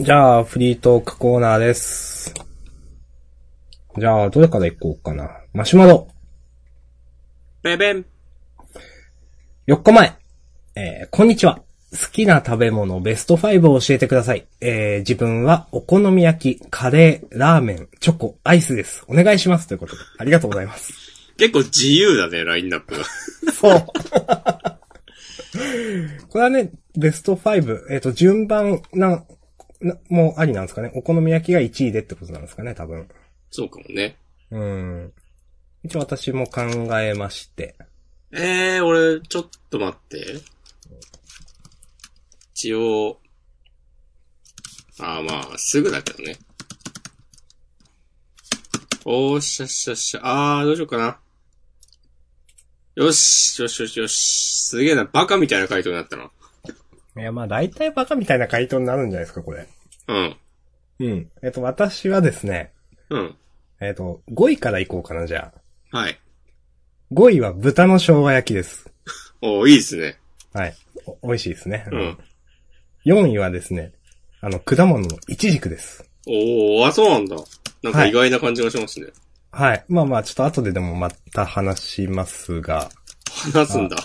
じゃあ、フリートークコーナーです。じゃあ、どれから行こうかな。マシュマロ。ベベン。 4日前。えー、こんにちは。好きな食べ物ベスト5を教えてください。えー、自分はお好み焼き、カレー、ラーメン、チョコ、アイスです。お願いします。ということで。ありがとうございます。結構自由だね、ラインナップが。そう。 これはね、ベスト5、えっ、と、順番なん、な、もうありなんですかね。お好み焼きが1位でってことなんですかね、多分。 そうかもね。うん。一応私も考えまして。えー、俺、ちょっと待って。一応、あーまあ、すぐだけどね。おーしゃしゃしゃ、あー、どうしようかな。よし、よしよしよし。すげえな、バカみたいな回答になったな。いや、まあ大体バカみたいな回答になるんじゃないですか、これ。うん。うん。えっ、と、私はですね、うん。えっ、と、5位からいこうかな、じゃあ。はい。 5位は豚の生姜焼きです。おー、いいですね。はい。お美味しいですね。うん。 4位はですね、あの、果物のイチジクです。おー、あ、そうなんだ。なんか意外な感じがしますね。はい。まあまあ、ちょっと後ででもまた話しますが、話すんだ。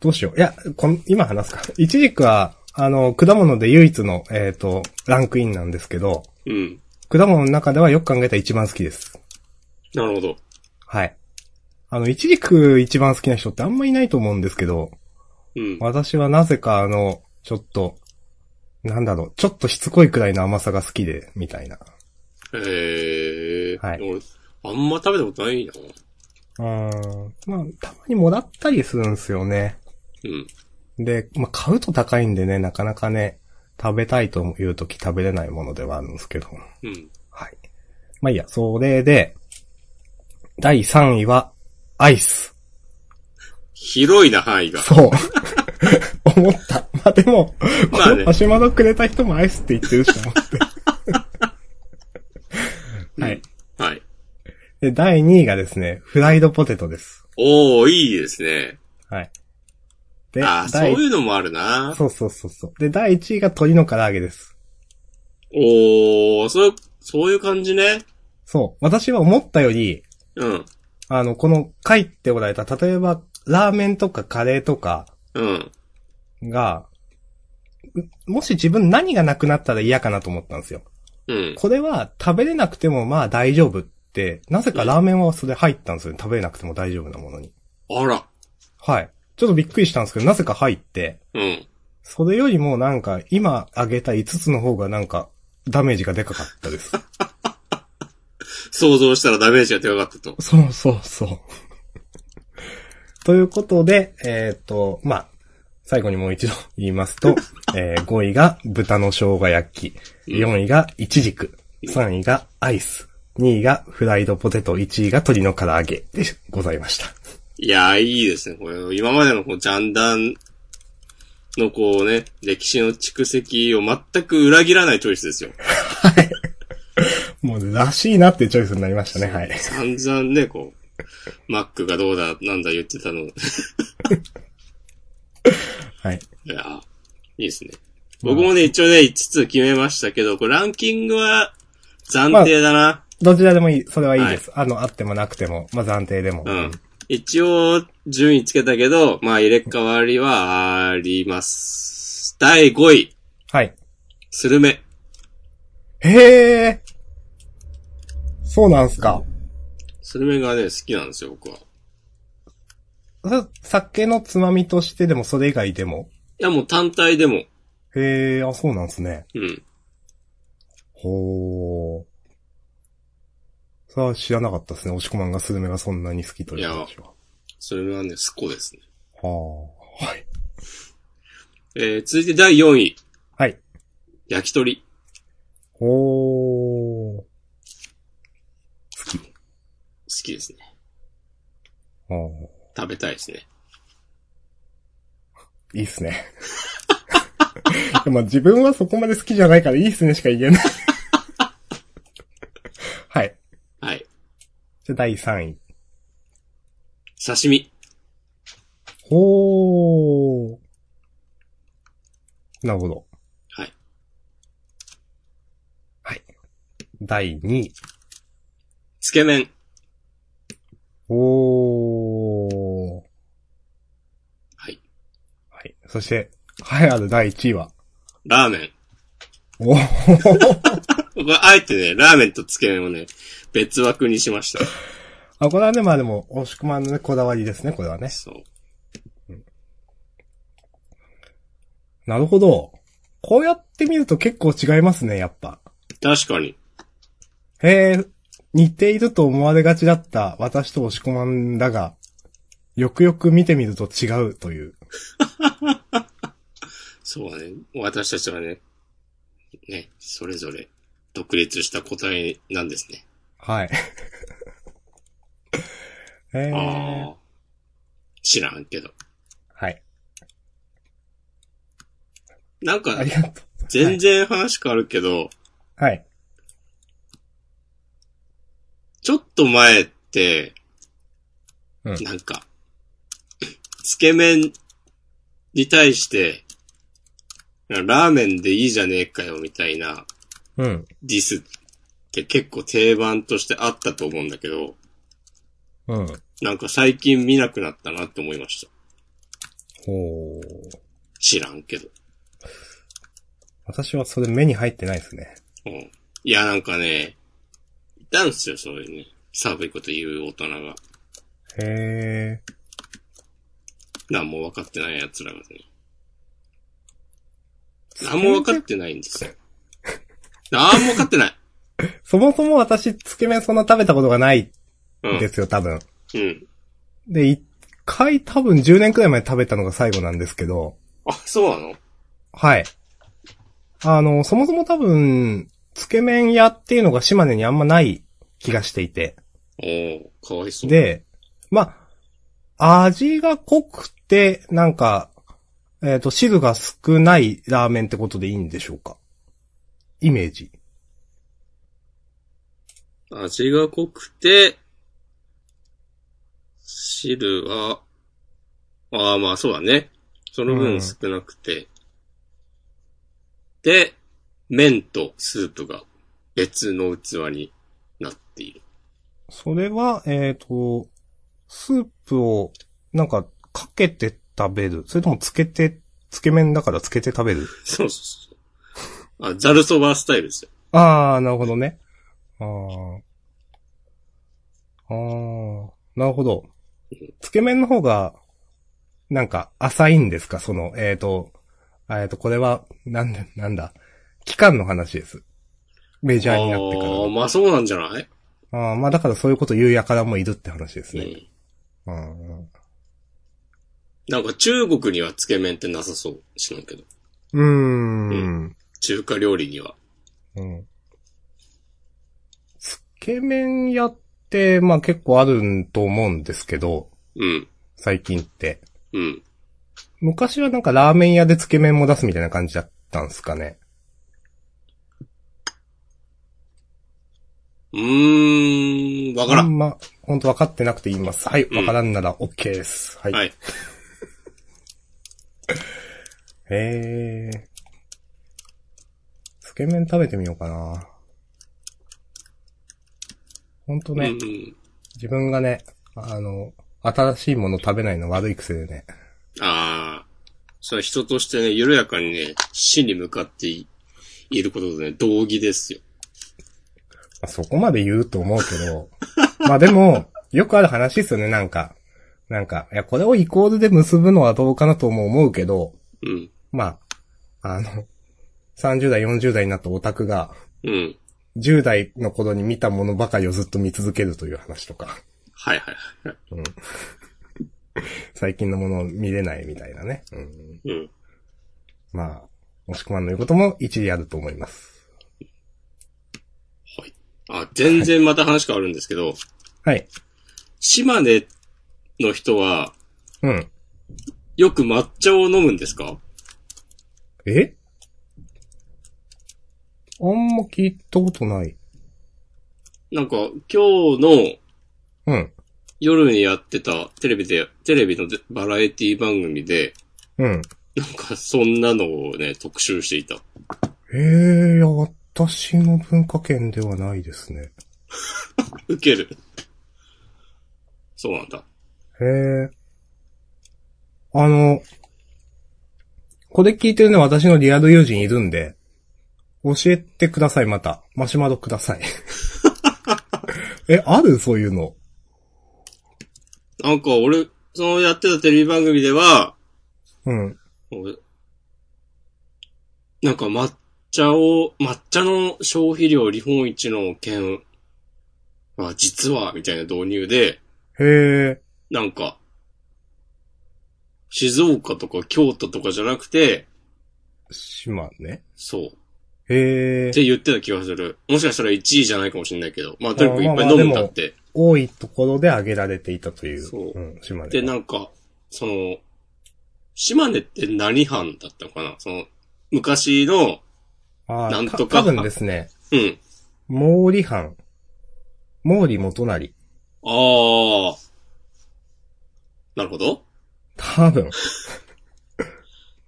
どうしよう。いや、こん今話すか。イチジクは、あの、果物で唯一の、えっ、と、ランクインなんですけど、うん。果物の中ではよく考えたら一番好きです。なるほど。はい。あの、イチジク一番好きな人ってあんまいないと思うんですけど、うん。私はなぜかあの、ちょっと、なんだろう、ちょっとしつこいくらいの甘さが好きで、みたいな。へえ。はい俺、あんま食べたことないな。うーん。まあ、たまにもらったりするんですよね。うん。で、まあ、買うと高いんでね、なかなかね、食べたいという時食べれないものではあるんですけど。うん。はい。まあ、いいや、それで、第3位は、アイス。広いな、範囲が。そう。 思った。まあ、でも、まあねこのマシュマロくれた人もアイスって言ってるしと思って。はい。 はい。で、第2位がですね、フライドポテトです。おー、いいですね。はい。で、あーそう第いうのもあるな。そうそうそうそう。で、第1位が鶏の唐揚げです。おー、そういう、そういう感じね。そう。私は思ったより、うん。あの、この書いておられた、例えば、ラーメンとかカレーとかうん。が、うもし自分何がなくなったら嫌かなと思ったんですよ。うん。これは食べれなくてもまあ大丈夫って、なぜかラーメンはそれ入ったんですよね。食べれなくても大丈夫なものに。あら。はい。ちょっとびっくりしたんですけど、なぜか入って、うん。それよりもなんか、今あげた5つの方がなんか、ダメージがでかかったです。想像したらダメージがでかかったと。そうそうそう。ということで、えっ、と、まあ、最後にもう一度言います と、えー5位が豚の生姜焼き、うん4位がイチジク、3位がアイス、2位がフライドポテト、1位が鶏の唐揚げでございました。いやー、いいですね。これ、今までのこう、ジャンダンのこうね、歴史の蓄積を全く裏切らないチョイスですよ。もう、らしいなっていうチョイスになりましたね、はい。散々ね、こう、マックがどうだ、なんだ言っ てたの。いはい。やー、いいですね。僕もね、一応ね、5つ決めましたけど、これランキングは暫定だな。どちらでもいい、それはいいです。あの、あってもなくても、まあ、暫定でも。うん。一応、順位つけたけど、まあ、入れ替わりはあります。第5位、はい。スルメ。へえ。そうなんすか。スルメがね、好きなんですよ、僕は。いさ酒のつまみとしてでも、それ以外でも。や、もう単体でも。へえ、あ、そうなんですね。うん。ほー。さあ、知らなかったですね。押し込まんがスズメがそんなに好きという話は。スルメはね、スコですね。はあ。はい。えー、続いて第4位、はい。焼き鳥。ほー。好きですね。は食べたいですね。あ。いいっすね。 でも自分はそこまで好きじゃないからいいっすねしか言えない。はい。はい。じゃあ第3位。刺身。ほー。なるほど。はい。第2位。つけ麺。おー。はい。はい。そして、栄えある第1位は。ラーメン。おーこれ、あえてね、ラーメンとつけ麺をね、別枠にしました。あ、これはね、まあでも、押し込まんのねこだわりですね、これはね。そう。なるほど。こうやって見ると結構違いますね、やっぱ。確かに。へえ、似ていると思われがちだった私と押し込まんだが、よくよく見てみると違うという。そうだね。私たちはね、ね、それぞれ独立した答えなんですね。はい。 えーあ、あ。知らんけど。はい。なんかあ、りがとう。全然話変わるけど、はい。ちょっと前って、うんなんか、つけ麺に対して、ラーメンでいいじゃねえかよみたいなうん。ディスって結構定番としてあったと思うんだけど、うん。なんか最近見なくなったなって思いました。ほう。知らんけど。私はそれ目に入ってないですね。うん。いや、なんかね、いたんすよ、そういうね。寒いこと言う大人が。へえ。なんも分かってない奴らがね。なんも分かってないんですよ。なんも分かってない。そもそも私、つけ麺そんな食べたことがないんうでん。すよ、多分。うん。で、一回多分10年くらい前に食べたのが最後なんですけど、あ、そうなのはい。あの、そもそも多分、つけ麺屋っていうのが島根にあんまない気がしていて。おおかわいそう。、で、まあ、味が濃くて、なんか、えっ、と、汁が少ないラーメンってことでいいんでしょうかイメージ。味が濃くて、汁は、ああ、まあそうだね。そのうん分少なくて。で、麺とスープが別の器になっている。それは、えっ、と、スープを、なんか、かけて食べる。それともつけて、つけ麺だからつけて食べる。そうそうそう。あ、ザルそばスタイルですよ。あー、なるほどね。あー。あー、なるほど。つけ麺の方が、なんか、浅いんですかその、えっ、と、あえっ、と、これは、なんで、なんだ、期間の話です。メジャーになってからああ、まあそうなんじゃない、。あーまあだからそういうこと言うやからもいるって話ですうね。ん。うん。なんか中国にはつけ麺ってなさそう。知らんけど。うーん。中華料理には。うん。つけ麺屋って、まあ結構あると思うんですけど、うん。最近って。うん。昔はなんかラーメン屋でつけ麺も出すみたいな感じだったんですかね。うーん、わからあん。んま、ほんと分かってなくて言います。はい、うん分からんなら OK です。はい。はい。へえ。つけ麺食べてみようかな。ほんとね、うん。自分がね、あの、新しいもの食べないの悪い癖でね。ああ。それは人としてね、緩やかにね、死に向かっていいることとね、同義ですよ。まあそこまで言うと思うけ ど、まあでも、よくある話ですよね、なんか。なんか、いや、これをイコールで結ぶのはどうかなとも思うけど、うん。まあ、あの、30代、40代になったオタクが、うん。 10代の頃に見たものばかりをずっと見続けるという話とか、 はいはいはい。最近のものを見れないみたいなね。うん、うん。まあ、もしくはの言うことも一理あると思います。あ、全然また話変わるんですけど、はい。島根の人は、うん。よく抹茶を飲むんですかえあんま聞いたことない。なんか、今日のうん。夜にやってたテレビで、テレビのでバラエティ番組で、うん。なんかそんなのをね、特集していた。へえ、やった私の文化圏ではないですね。受ける。そうなんだ。へえ。あの、これ聞いてるのは私のリアル友人いるんで、教えてください、また。マシュマロくだ さい。 え、あるそういうの。なんか俺、そのやってたテレビ番組では、うん。俺なんか抹茶を、抹茶の消費量日本一の県は実は、みたいな導入で、へえ。なんか、静岡とか京都とかじゃなくて、島ね。そう。へえっ。て言ってた気がする。もしかしたら1位じゃないかもしれないけど。まあ、とにかくいっぱい飲むんだって。多いところで挙げられていたという。、そうん島で、で。なんか、その、島根って何藩だったのかなその、昔の、あーなんとか多分ですね、うん。毛利藩。毛利元就。ああ。なるほど。多分。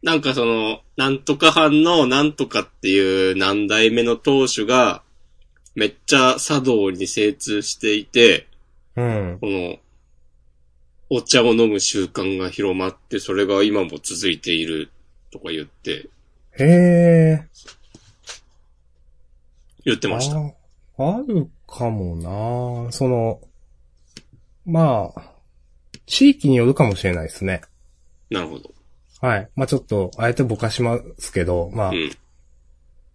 なんかその、なんとか藩のなんとかっていう何代目の当主が、めっちゃ茶道に精通していて、うん。この、お茶を飲む習慣が広まって、それが今も続いているとか言って、へえ。言ってました。あーあるかもなその、まあ、地域によるかもしれないですね。なるほど。はい。まあちょっと、あえてぼかしますけど、まあ、うん。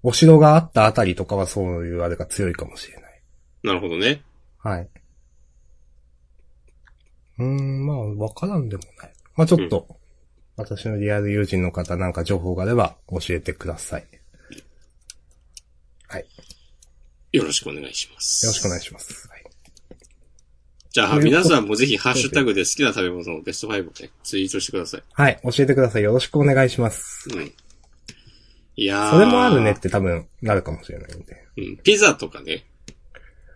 お城があったあたりとかはそういうあれが強いかもしれない。なるほどね。はい。うーん、まあ、わからんでもない。まあちょっと、私のリアル友人の方なんか情報があれば教えてください。よよろしくお願いします。ろしくお願いしします。はい、ます。じゃあ、皆さんもぜひ、ハッシュタグで好きな食べ物のベスト5をね、ツイートしてください。はい。教えてください。よろしくお願いします。うん。いやー。それもあるねっ。て多分、なるかもしれないんで。うん。ピザとかね、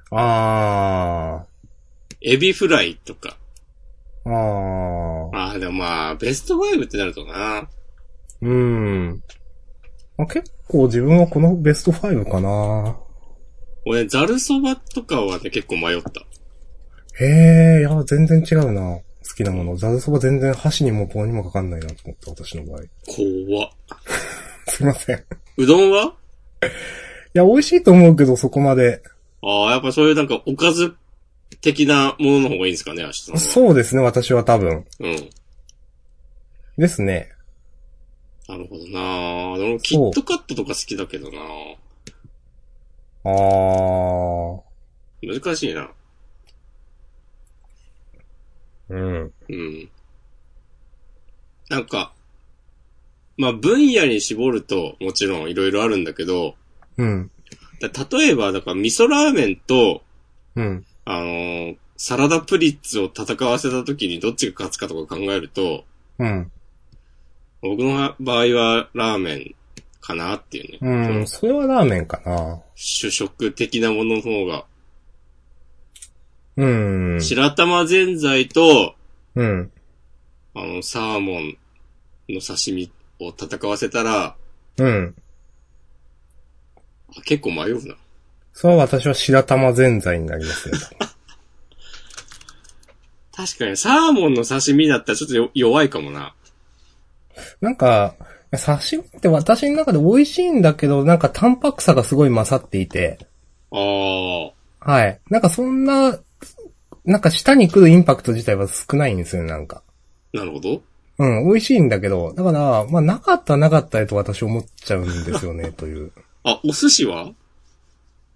あエビフライとか。ー。あー。ああ、でもまあ、ベスト5ってなるとな。うん。まあ、結構自分はこのベスト5かな。俺、ザルそばとかはね、結構迷った。へえ、いや、全然違うな。好きなもの。ザルそば全然箸にも棒にもかかんないなと思った、私の場合。怖っすいません。いうどんはや、美味しいと思うけど、そこまで。ああ、やっぱそういうなんかおかず的なものの方がいいんですかね、明日の。そうですね、私は多分。うん。ですね。なるほどなぁ。でもキットカットとか好きだけどなあー。難しいな。うん。うん。なんか、まあ分野に絞るともちろんいろいろあるんだけど、うん。だ例えば、だから味噌ラーメンと、うん。あのーサラダプリッツを戦わせた時にどっちが勝つかとか考えると、うん。僕の場合はラーメンかなっていうね。うん。それはラーメンかな。主食的なものの方が、うん。白玉ぜんざいと、うん。あの、サーモンの刺身を戦わせたら、うん。あ結構迷うな。それは私は白玉ぜんざいになりますね。確かに、サーモンの刺身だったらちょっとよ弱いかもな。なんか、刺身って私の中で美味しいんだけど、なんかタンパクさがすごい勝っていて、あー、はい。なんかそんな、なんか舌に来るインパクト自体は少ないんですよね、なんか。なるほど。うん、美味しいんだけど、だから、まあなかったらなかったでと私思っちゃうんですよ ね、という。いあ、お寿司は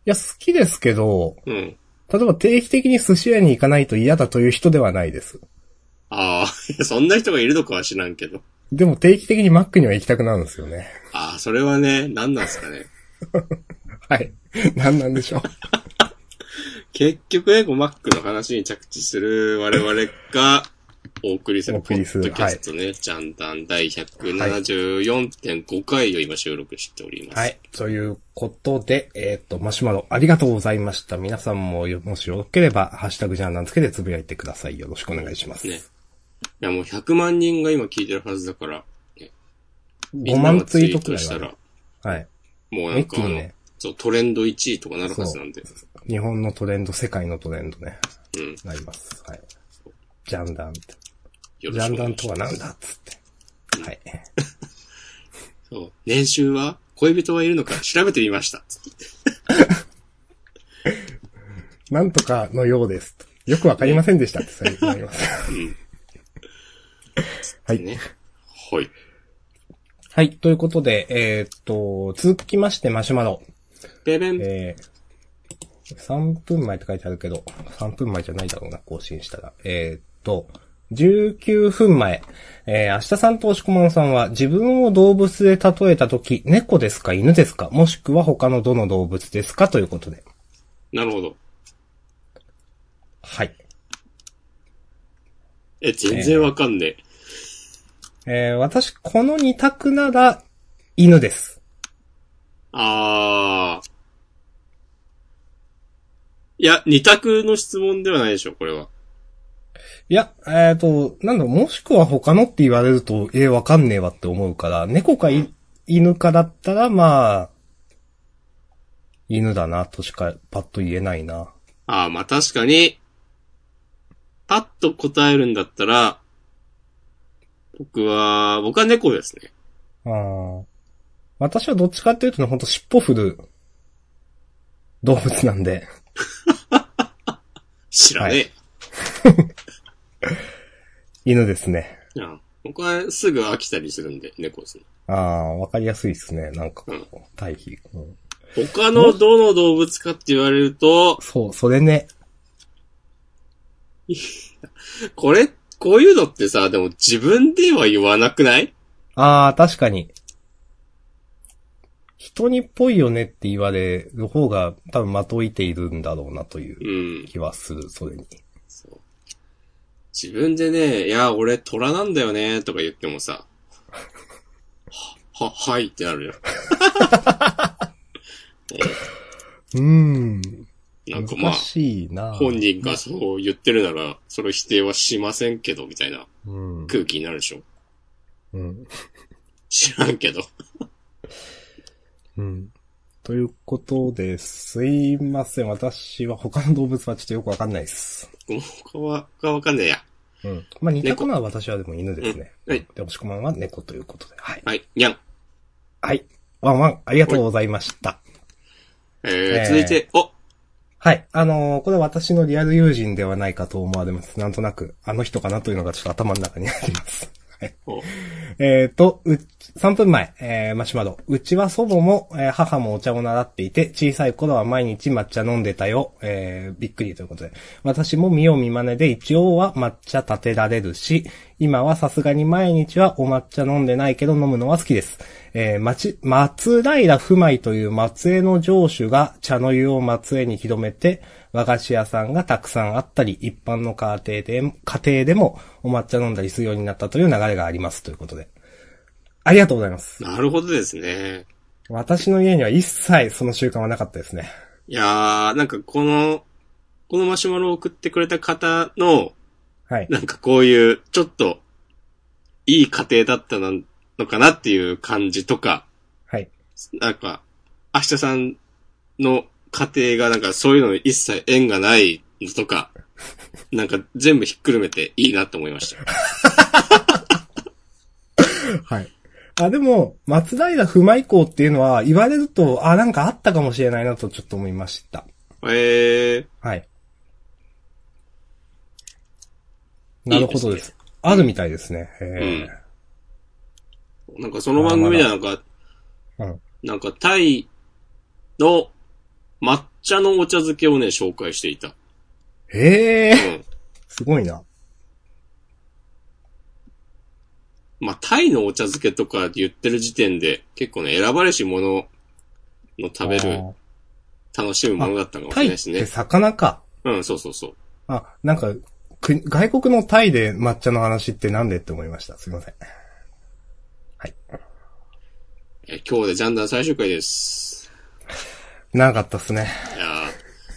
や、好きですけど、うん。例えば定期的に寿司屋に行かないと嫌だという人ではないです。あー、 そんな人がいるのかは知らんけど。でも定期的にマックには行きたくなるんですよね。あー、それはね、何なんすかね。はい。なんなんでしょう。結局ね、こうマックの話に着地する我々がお送りするおポ送ッりするドキャストね、ジャンダン第174.5回を今収録しております。はい。ということで、えっ、と、マシュマロありがとうございました。皆さんもよ、もしよければ、ハッシュタグジャーナンつけてつぶやいてください。よろしくお願いします。ね。いやもう100万人が今聞いてるはずだから、 5みんな万がツツイイートーくトらいしはたあるら、はい。もうなん一か気あの、にね。そう、トレンド1位とかなるはずなんで。日本のトレンド、世界のトレンドね、うん。なります。はい。ジャンダンって。よジろャしンくおダ願ンいしとまはなんだっつって。はい。す。そう。年収は恋人はいるのか調べてみました。なんとかのようです。よくわかりませんでしたって最後になります。はい。 ね。はい。はい。ということで、えーっと、続きましてマシュマロ。ベベン。えー、3分前って書いてあるけど、3分前じゃないだろうな、更新したら。えーっと、19分前。えー、明日さんと押しこまんさんは自分を動物で例えたとき、猫ですか犬ですかもしくは他のどの動物ですかということで。なるほど。はい。え、全然わかんねえ。えー、私、この2択なら、犬です。あー。いや、二択の質問ではないでしょ、これは。いや、えっ、と、なんだろう、もしくは他のって言われると、えー、わかんねえわって思うから、猫かい犬かだったら、まあ、犬だな、としか、パッと言えないな。ああ、まあ確かに、パッと答えるんだったら、僕は、僕は猫ですね。あー私はどっちかっていうとね、ほんと尻尾振る動物なんで。知らね犬ですね。え。うん僕はすぐ飽きたりするんで、猫ですね。ああ、わかりやすいですね。なんかこう、対比、うん他のどの動物かって言われると、そう、それね。これ、こういうのってさ、でも自分では言わなくない。ああ、確かに。人にっぽいよねって言われる方が多分まといているんだろうなといううん気はする、それに。そう自分でね、いや、俺虎なんだよね、とか言ってもさ、は、は、はいってなるよ。うーん。なんかま難あ、しいな、本人がそう言ってるなら、それを否定はしませんけど、みたいなうん。空気になるでしょうん。知らんけど。うん。ということで、すいません。私は他の動物はちょっとよくわかんないです。他は、他わかんないや。うん。まあ、似たくのは私はでも犬ですね。うんはい。で、おしこまんは猫ということで。はい。はい、にゃん。はい。ワンワン、ありがとうございました。ええー、ー続いて、お、はい。あのーこれは私のリアル友人ではないかと思われます。なんとなく、あの人かなというのがちょっと頭の中にあります。 おえっ、と、うち、3分前、えー、マシュマロ。うちは祖母も、えー母もお茶を習っていて、小さい頃は毎日抹茶飲んでたよ。えー、びっくりということで。私も見よう見真似で一応は抹茶立てられるし、今はさすがに毎日はお抹茶飲んでないけど飲むのは好きです。えー、町、松平不米という松江の城主が茶の湯を松江に広めて、和菓子屋さんがたくさんあったり、一般の家庭で、家庭でもお抹茶飲んだりするようになったという流れがありますということで。ありがとうございます。なるほどですね。私の家には一切その習慣はなかったですね。いやー、なんかこの、このマシュマロを送ってくれた方の、はい。なんかこういう、ちょっと、いい家庭だったなのかなっていう感じとか、はい。なんか、明日さんの家庭がなんかそういうのに一切縁がないのとか、なんか全部ひっくるめていいなと思いました。はい。あ、でも、松平不米校っていうのは言われると、あ、なんかあったかもしれないなとちょっと思いました。えー、はい。なるほどです。あるみたいですね。へなんかその番組ではなんか、ーうん。なんかタイの抹茶のお茶漬けをね、紹介していた。へうえ、ん。すごいな。まあ、タイのお茶漬けとか言ってる時点で、結構ね、選ばれしものの食べる、あ楽しむものだったかーもしタれイないっですねて。魚か。うん、そうそうそう。あ、なんか、く外国のタイで抹茶の話ってなんでって思いました。すいません。え今日でジャンダー最終回です。長かったっすね。いや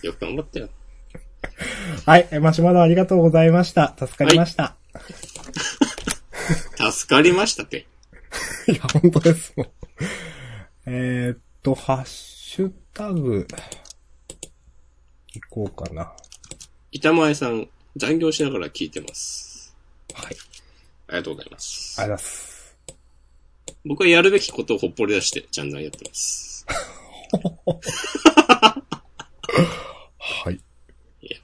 ー、よく頑張ったよ。はい、えマシュマロありがとうございました。助かりました。助かりましたって。 い、や、本当ですもん。えーっと、ハッシシュタグ、いこうかな。板前さん、残業しながら聞いてます。はい。ありがとうございます。ありがとうございます。僕はやるべきことをほっぽり出して、ジャンダンやってます。はい。いや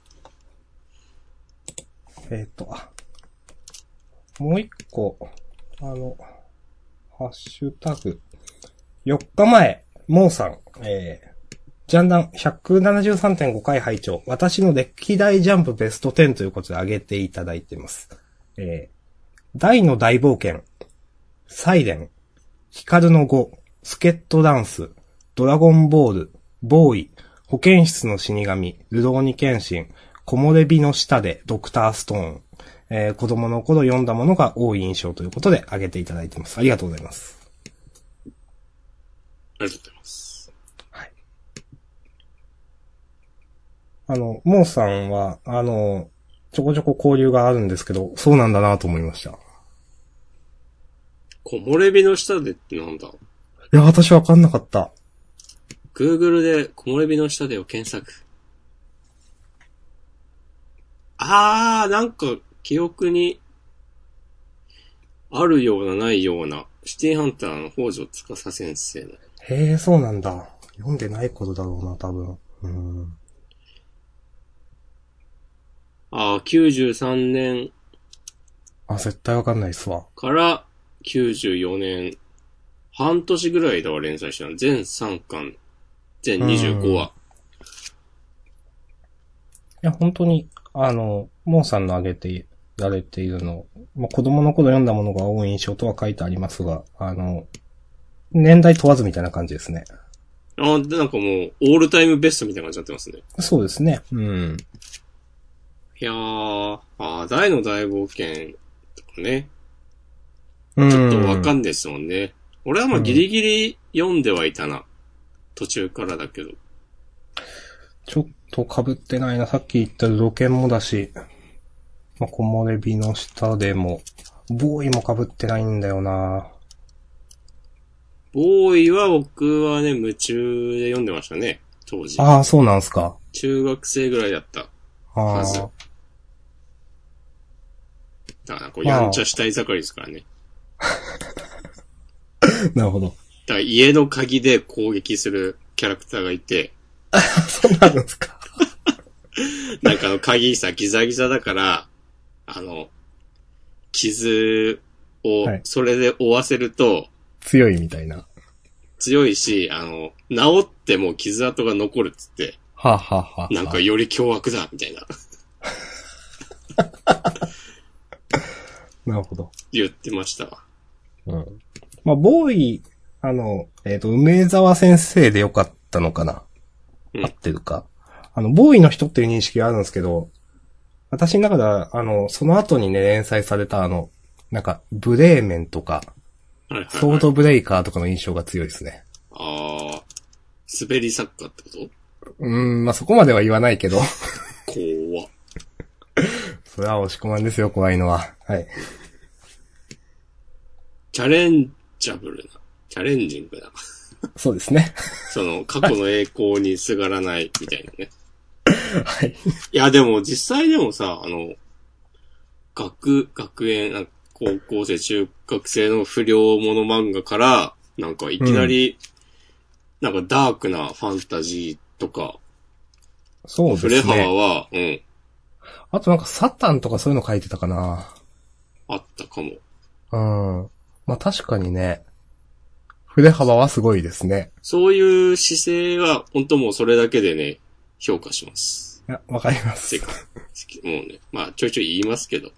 えっ、ー、と、あもう一個、あの、ハッシュタグ。4日前、モーさん、えー、ジャンダン173.5回拝聴私の歴代ジャンプベスト10ということで挙げていただいています。えー、大の大冒険、サイレン、ヒカルの語、スケットダンス、ドラゴンボール、ボーイ、保健室の死神、ルドーニケンシン、木漏れ日の下で、ドクターストーン、えー子供の頃読んだものが多い印象ということで挙げていただいてます。ありがとうございます。ありがとうございます。はい。あの、モーさんは、あの、ちょこちょこ交流があるんですけど、そうなんだなと思いました。い木漏れ日の下でってなんだや、私わかんなかった。 ?Google で木漏れ日の下でを検索。あー、なんか、記憶に、あるようなないような、シティハンターの北条司先生の。へえ、そうなんだ。読んでないことだろうな、多分。うん。あー、93年あ、絶対わかんないっすわ。から94年、半年ぐらいだわ、連載したの。全3巻、全25話。いや、本当に、あの、モーさんの挙げてられているの、まあ、子供の頃読んだものが多い印象とは書いてありますが、あの、年代問わずみたいな感じですね。あー、でなんかもう、オールタイムベストみたいな感じになってますね。そうですね。うん。いやー、あー大の大冒険とかね、うん。ちょっとわかんないですもんね。俺はまあギリギリ読んではいたな。途中からだけど。ちょっと被ってないな。さっき言った露見もだし、まあ、木漏れ日の下でも、ボーイも被ってないんだよな。ボーイは僕はね、夢中で読んでましたね、当時。ああ、そうなんすか。中学生ぐらいだった。あまずあ。だからこう、やんちゃしたい盛りですからね。なるほど。 だから家の鍵で攻撃するキャラクターがいて、そうなんですか。なんかあの鍵さ、ギザギザだから、あの、傷をはいそれで負わせると強いみたいな。は強いし、あの、治っても傷跡が残るっつって、あ、はあはあ、なんかより凶悪だ、みたいな、 なるほど。言ってましたわ。うん。まあ、ボーイ、あの、えっ、と、梅沢先生でよかったのかな、うん合ってるか。あの、ボーイの人っていう認識があるんですけど、私の中では、あの、その後にね、連載されたあの、なんか、ブレーメンとか、はいはい、ソはーい。ドブレイカーとかの印象が強いですね。あー、滑り作家ってことうーん、まあ、そこまでは言わないけど、 怖っそれは押し込まんですよ、怖いのは。はい。チャレンジャブルな。チャレンジングな。そうですね。その、過去の栄光にすがらない、みたいなね。はい。いや、でも実際でもさ、あの、学、学園、なんか高校生、中学生の不良もの漫画から、なんかいきなり、なんかダークなファンタジーとか、そうフでレすハワね。は、あとなんか、サタンとかそういうの書いてたかな。うん、あったかも。うん。まあ、確かにね、振れ幅はすごいですね。そういう姿勢は、本当もうそれだけでね、評価します。いや、わかります。てか、 もうね、まあちょいちょい言いますけど、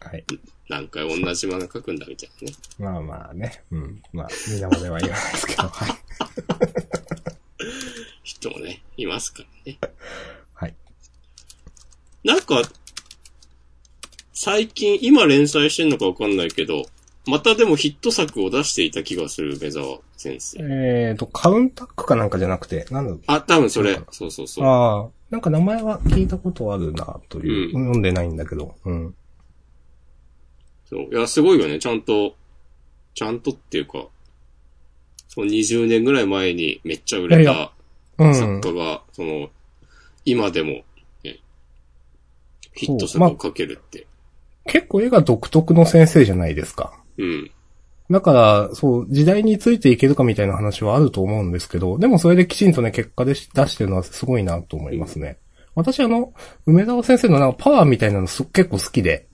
はい。何回同じ漫画書くんだみたいなね。まあまあね。うん。まあ、みんなまでは言わないですけど、 はい。人もね、いますからね。はい。なんか、最近、今連載してんのかわかんないけど、またでもヒット作を出していた気がする、梅沢先生。えーと、カウンタックかなんかじゃなくて、なんだろうあ、多分それ。そうそうそう。ああ、なんか名前は聞いたことあるな、という。うん読んでないんだけど。うん。そういや、すごいよね。ちゃんと、ちゃんとっていうか、その20年ぐらい前にめっちゃ売れいやいたう作ん。家が、その、今でも、ね、ヒット作をかけるって。結構絵が独特の先生じゃないですか。うん。だから、そう、時代についていけるかみたいな話はあると思うんですけど、でもそれできちんとね、結果でし出してるのはすごいなと思いますね。私あの、梅沢先生のなんかパワーみたいなのす結構好きで、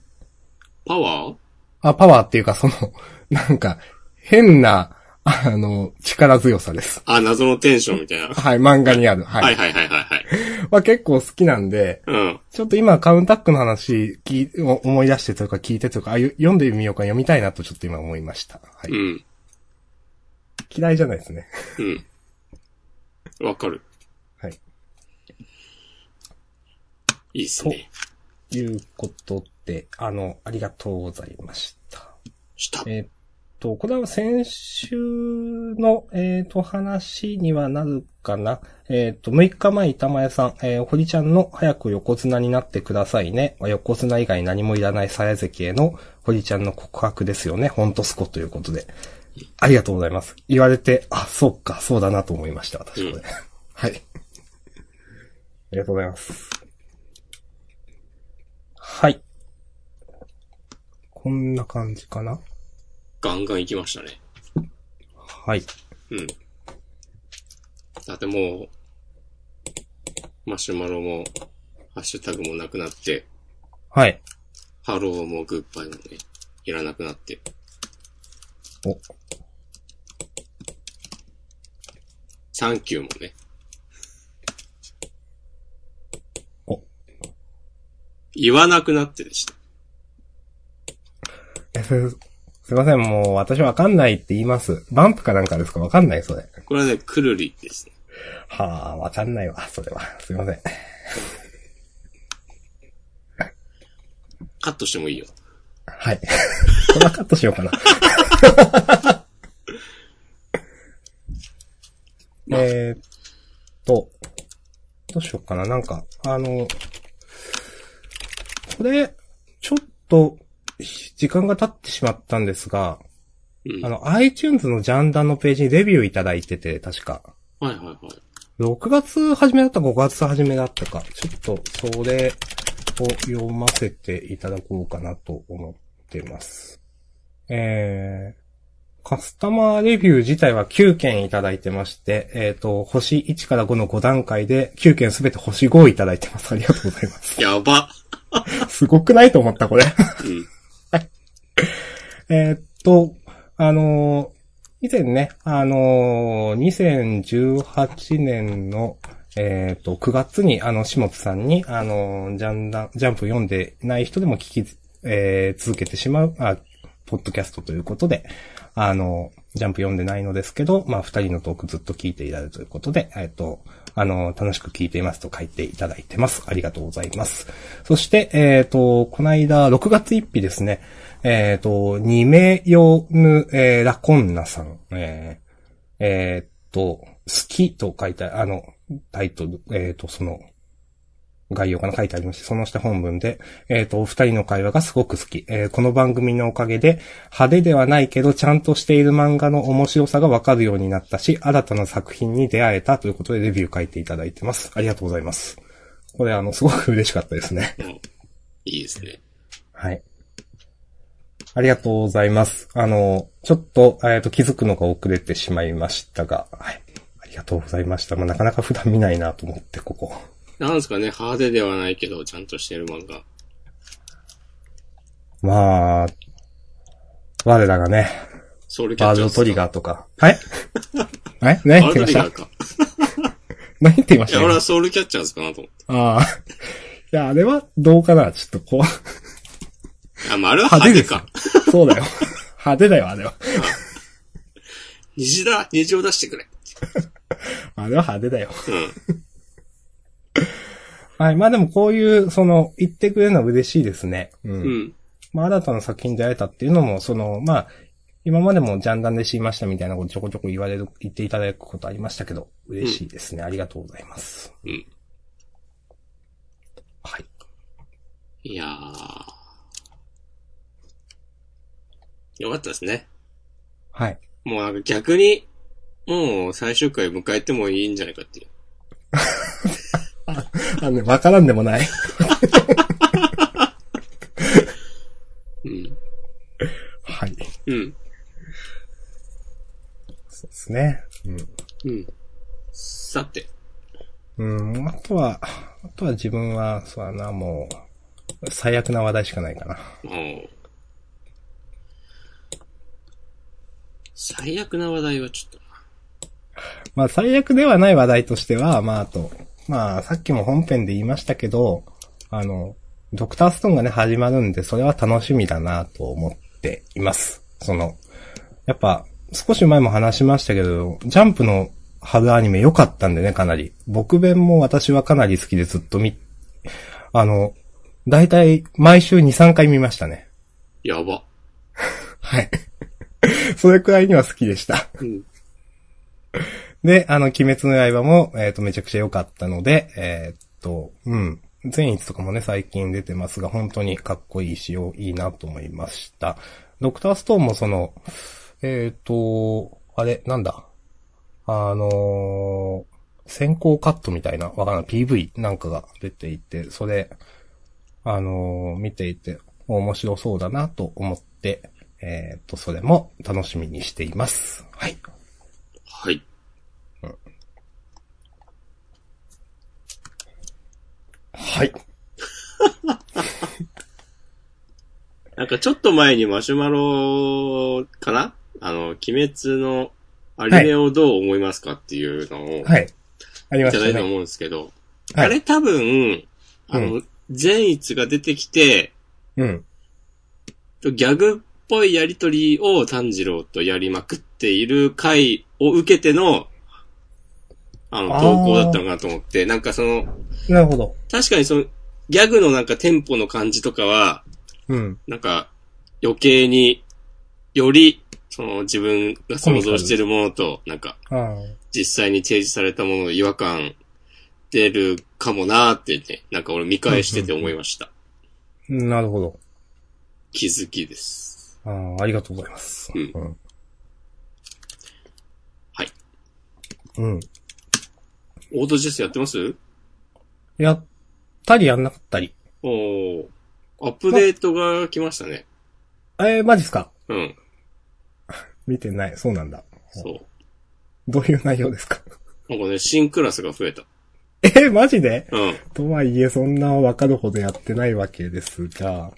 パワーあ、パワーっていうかその、 なんか、変な、あの、力強さです。あ、謎のテンションみたいな。ははい、漫画にある。はい。いはいはいはいはい。は結構好きなんで、うん。ちょっと今カウンタックの話聞いお思い出してというか聞いてというか、あ、よ読んでみようか読みたいなとちょっと今思いました。はい。うん。嫌いじゃないですね。うん。わかる。はい。いいっすね。ということで、あの、ありがとうございました。した。えっと、これは先週の、えっと、話にはなるかな。えっと、6日前、板前さん、えー、堀ちゃんの早く横綱になってくださいね。横綱以外何もいらない鞘関への堀ちゃんの告白ですよね。ほんとすこということで。ありがとうございます。言われて、あ、そうか、そうだなと思いました、私これ。うん はい。ありがとうございます。はい。こんな感じかなガンガン行きましたね。はい。うん。だってもう、マシュマロも、ハッシュタグもなくなって、はい。ハローもグッバイもね、いらなくなって。お、サンキューもね。お言わなくなってでした。え、す、すいません、もう私わかんないって言います。バンプかなんかですかわかんない、それ。これはね、くるりですね。はあ、わかんないわ、それは。すいません。カットしてもいいよ。はい。 これはカットしようかな。えーっと、どうしようかな。なんか、あの、これ、ちょっと、し時間が経ってしまったんですが、うん。あはいの、iTunes のジャンダンのページにレビューいただいてて、確か。はいはい。 6月初めだったか5月初めだったか、ちょっとそれを読ませていただこうかなと思ってます。えー、カスタマーレビュー自体は9件いただいてまして、えっ、と、星1から5の5段階で9件すべて星5いただいてます。ありがとうございま す。やば。すごくないと思った、これ。うん。えーっと、あのー以前ね、あのー2018年の、えーっと、9月に、あの、下津さんに、あのージャンダン、ジャンプ読んでない人でも聞き、えー続けてしまう、あ、ポッドキャストということで、あのージャンプ読んでないのですけど、まあ、二人のトークずっと聞いていられるということで、えーっと、あのー楽しく聞いていますと書いていただいてます。ありがとうございます。そして、えーっと、この間、6月1日ですね、えっ、と、ニメヨヌ、えーラコンナさん、えーえーっと、好きと書いてある、あの、タイトル、えーっと、その、概要かな書いてありまして、その下本文で、えーっと、お二人の会話がすごく好き。えーこの番組のおかげで、派手ではないけど、ちゃんとしている漫画の面白さがわかるようになったし、新たな作品に出会えたということでレビュー書いていただいてます。ありがとうございます。これ、あの、すごく嬉しかったですね。うんいいですね。はい。ありがとうございます。あの、ちょっと、えっ、と、気づくのが遅れてしまいましたが、はい。ありがとうございました。まあ、なかなか普段見ないなと思って、ここ。なんですかね、派手ではないけど、ちゃんとしてる漫画。まあ、我らがね、ソウルキャバッーチドャトリー。ガーとか。 はいえ何言バってまードトリしガたー か。何言ってまいしや、た俺今はソウルキャッチャーズかなと思って。ああ。いや、あれはどうかなちょっとこう。あ、まあ、あれは 派手ですよか。。そうだよ。派手だよ、あれは。虹だ虹を出してくれ。あれは派手だよ。うはい。まあでもこういう、その、言ってくれるのは嬉しいですね。ん。うん。まあ、新たな作品に出会えたっていうのも、その、まあ、今までもジャンダンで知りましたみたいなことちょこちょこ言われる、言っていただくことありましたけど、嬉しいですね。ありがとうございます。うん。はい。いやー。よかったですね。はい。もうなんか逆に、もう最終回迎えてもいいんじゃないかっていう。あのね、わからんでもない。うん。 はい。うん。そうですね。うん。うん。さて。うん、あとは、あとは自分は、そうだな、もう、最悪な話題しかないかな。うん最悪な話題はちょっまあ、最悪ではない話題としては、まあ、あと、まあ、さっきも本編で言いましたけど、あの、ドクターストーンがね、始まるんで、それは楽しみだなと思っています。その、やっぱ、少し前も話しましたけど、ジャンプの春アニメ良かったんでね、かなり。僕弁も私はかなり好きでずっと見、あの、だいたい毎週2、3回見ましたね。と、やば。はい。 それくらいには好きでした。うん。で、あの、鬼滅の刃も、えっ、と、めちゃくちゃ良かったので、えーっと、うん。善逸とかもね、最近出てますが、本当にかっこいいし、よいいなと思いました。ドクターストーンもその、えーっと、あれ、なんだ。あのー先行カットみたいな、わからない、PV なんかが出ていて、それ、あのー見ていて、面白そうだなと思って、えーっと、それも楽しみにしています。はい。はい。はい。なんかちょっと前にマシュマロかなあの、鬼滅のアニメをどう思いますかっていうのをいはい。ありまただしいたたとね。思うんですけど、はいあれ多分、あの、善逸が出てきて、うん。ギャグっぽいやりとりを炭治郎とやりまくっている回を受けての、あの、あー投稿だったのかなと思って、なんかその、なるほど。確かにその、ギャグのなんかテンポの感じとかは、うん。なんか、余計に、より、その自分が想像してるものと、なんか、ああ。実際に提示されたものの違和感出るかもなーってね、なんか俺見返してて思いました。なるほど。気づきです。ああ、ありがとうございます。うんはい。うん。オートジェスやってますやったりやんなかったり。おー。アップデートが来ましたね。えー、マジっすかうん。見てない。そうなんだ。そう。どういう内容ですか なんかね、新クラスが増えた。えー、マジでうん。とはいえ、そんなわかるほどやってないわけですが。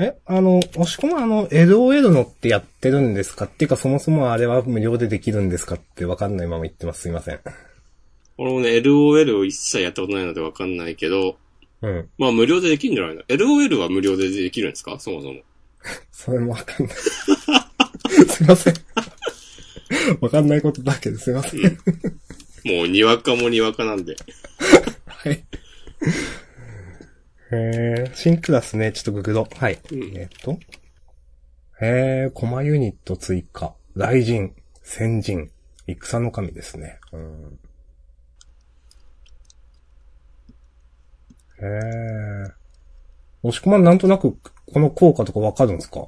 え、あの、押し込まあの、LOL のってやってるんですかっていうか、そもそもあれは無料でできるんですかってわかんないまま言ってます。すいません。俺もね、LOL を一切やったことないのでわかんないけど、うん。まあ無料でできるんじゃないの ?LOL は無料でできるんですかそもそも。それもわかんない。 すいません。わかんないことだけですいません。もうにわかもにわかなんで。はい。へえ、新クラスね、ちょっとググド。はい。うんえっと。へえ、コマユニット追加。雷神、先人、戦の神ですね。うん。へえ。押し込まんなんとなく、この効果とかわかるんですか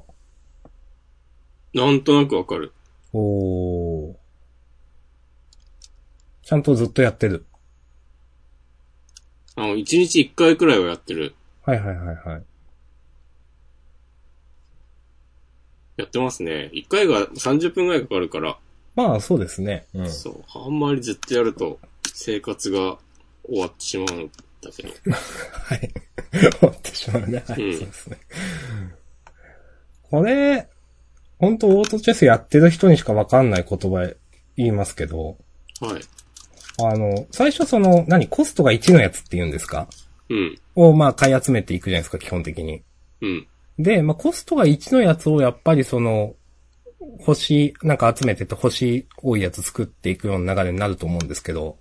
なんとなくわかる。おー。ちゃんとずっとやってる。あの、一日一回くらいはやってる。はいはいはいはい。やってますね。一回が30分くらいかかるから、まあそうですね。うん。そう。あんまりずっとやると、生活が終わってしまうんだけど。はい。終わってしまうね。はい、うんそうですね。これ、本当オートチェスやってる人にしかわかんない言葉言いますけど、はい。あの、最初その、何、コストが1のやつって言うんですかうん。を、まあ、買い集めていくじゃないですか、基本的に。うん。で、まあ、コストが1のやつをやっぱりその、星、なんか集めてって星多いやつ作っていくような流れになると思うんですけど、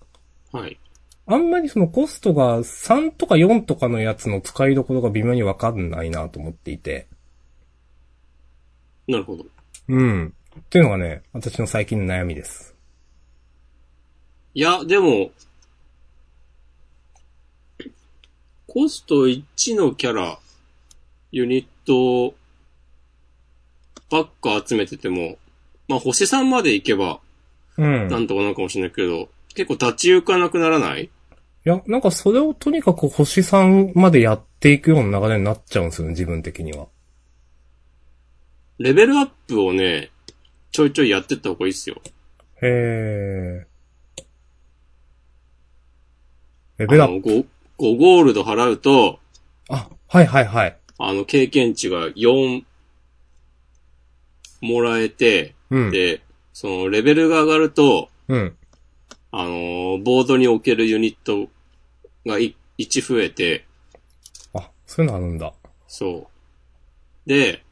はい。あんまりそのコストが3とか4とかのやつの使いどころが微妙にわかんないなと思っていて。なるほど。うん。っていうのがね、私の最近の悩みです。いや、でも、コスト1のキャラ、ユニット、ばっか集めてても、まあ、星3まで行けば、うん。なんとかなるかもしれないけど、結構立ち行かなくならないいや、なんかそれをとにかく星3までやっていくような流れになっちゃうんですよね、自分的には。レベルアップをね、ちょいちょいやってった方がいいっすよ。へー。レあベルアッのプ。 5、5ゴールド払うと、あ、はいはいはい。あの、経験値が4もらえて、うん。で、そのレベルが上がると、うん。あのーボードに置けるユニットが1増えて、あ、そういうのあるんだ。そう。で、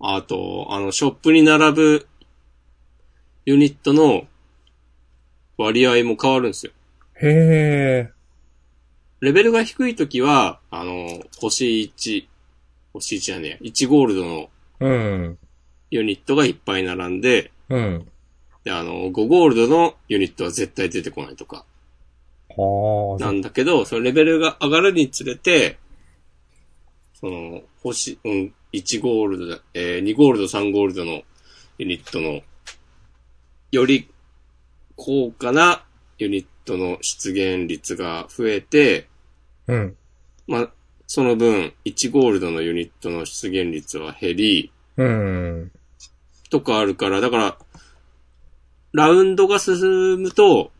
あと、あの、ショップに並ぶユニットの割合も変わるんですよ。へレベルが低い時は、あの、星1、星1じゃねえ、1ゴールドのー。うん。ユニットがいっぱい並んで、うん。で、あの、5ゴールドのユニットは絶対出てこないとか、ああ。なんだけど、そのレベルが上がるにつれて、その、星、うん、1ゴールドだ、えー、2ゴールド、3ゴールドのユニットの、より高価なユニットの出現率が増えて、うん。まあ、その分、1ゴールドのユニットの出現率は減り、うん。とかあるから、だから、ラウンドが進むと、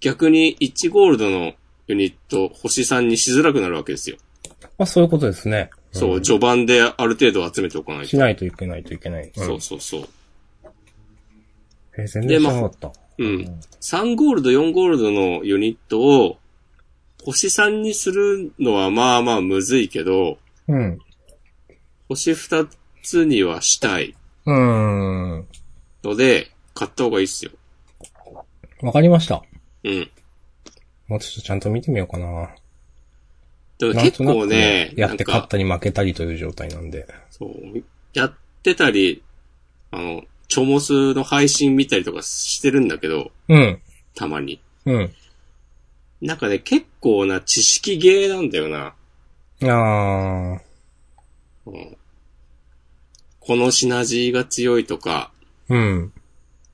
逆に1ゴールドのユニット、星3にしづらくなるわけですよ。まあそういうことですね。そう、ん序盤である程度集めておかないしと。ないといけないといけない。んそうそうそう。えー全然で知まあらなかった。うん。3ゴールド、4ゴールドのユニットを、星3にするのはまあまあむずいけど、うん。星2つにはしたいうん。ので、買った方がいいっすよ。わかりました。うん。もうちょっとちゃんと見てみようかな。でもなん結とな構くね、やってなんか勝ったり負けたりという状態なんで。そう、やってたり、あの、チョモスの配信見たりとかしてるんだけど、うん。たまに。うん。なんかね、結構な知識ゲーなんだよな。あうんこのシナジーが強いとか、ー。うん。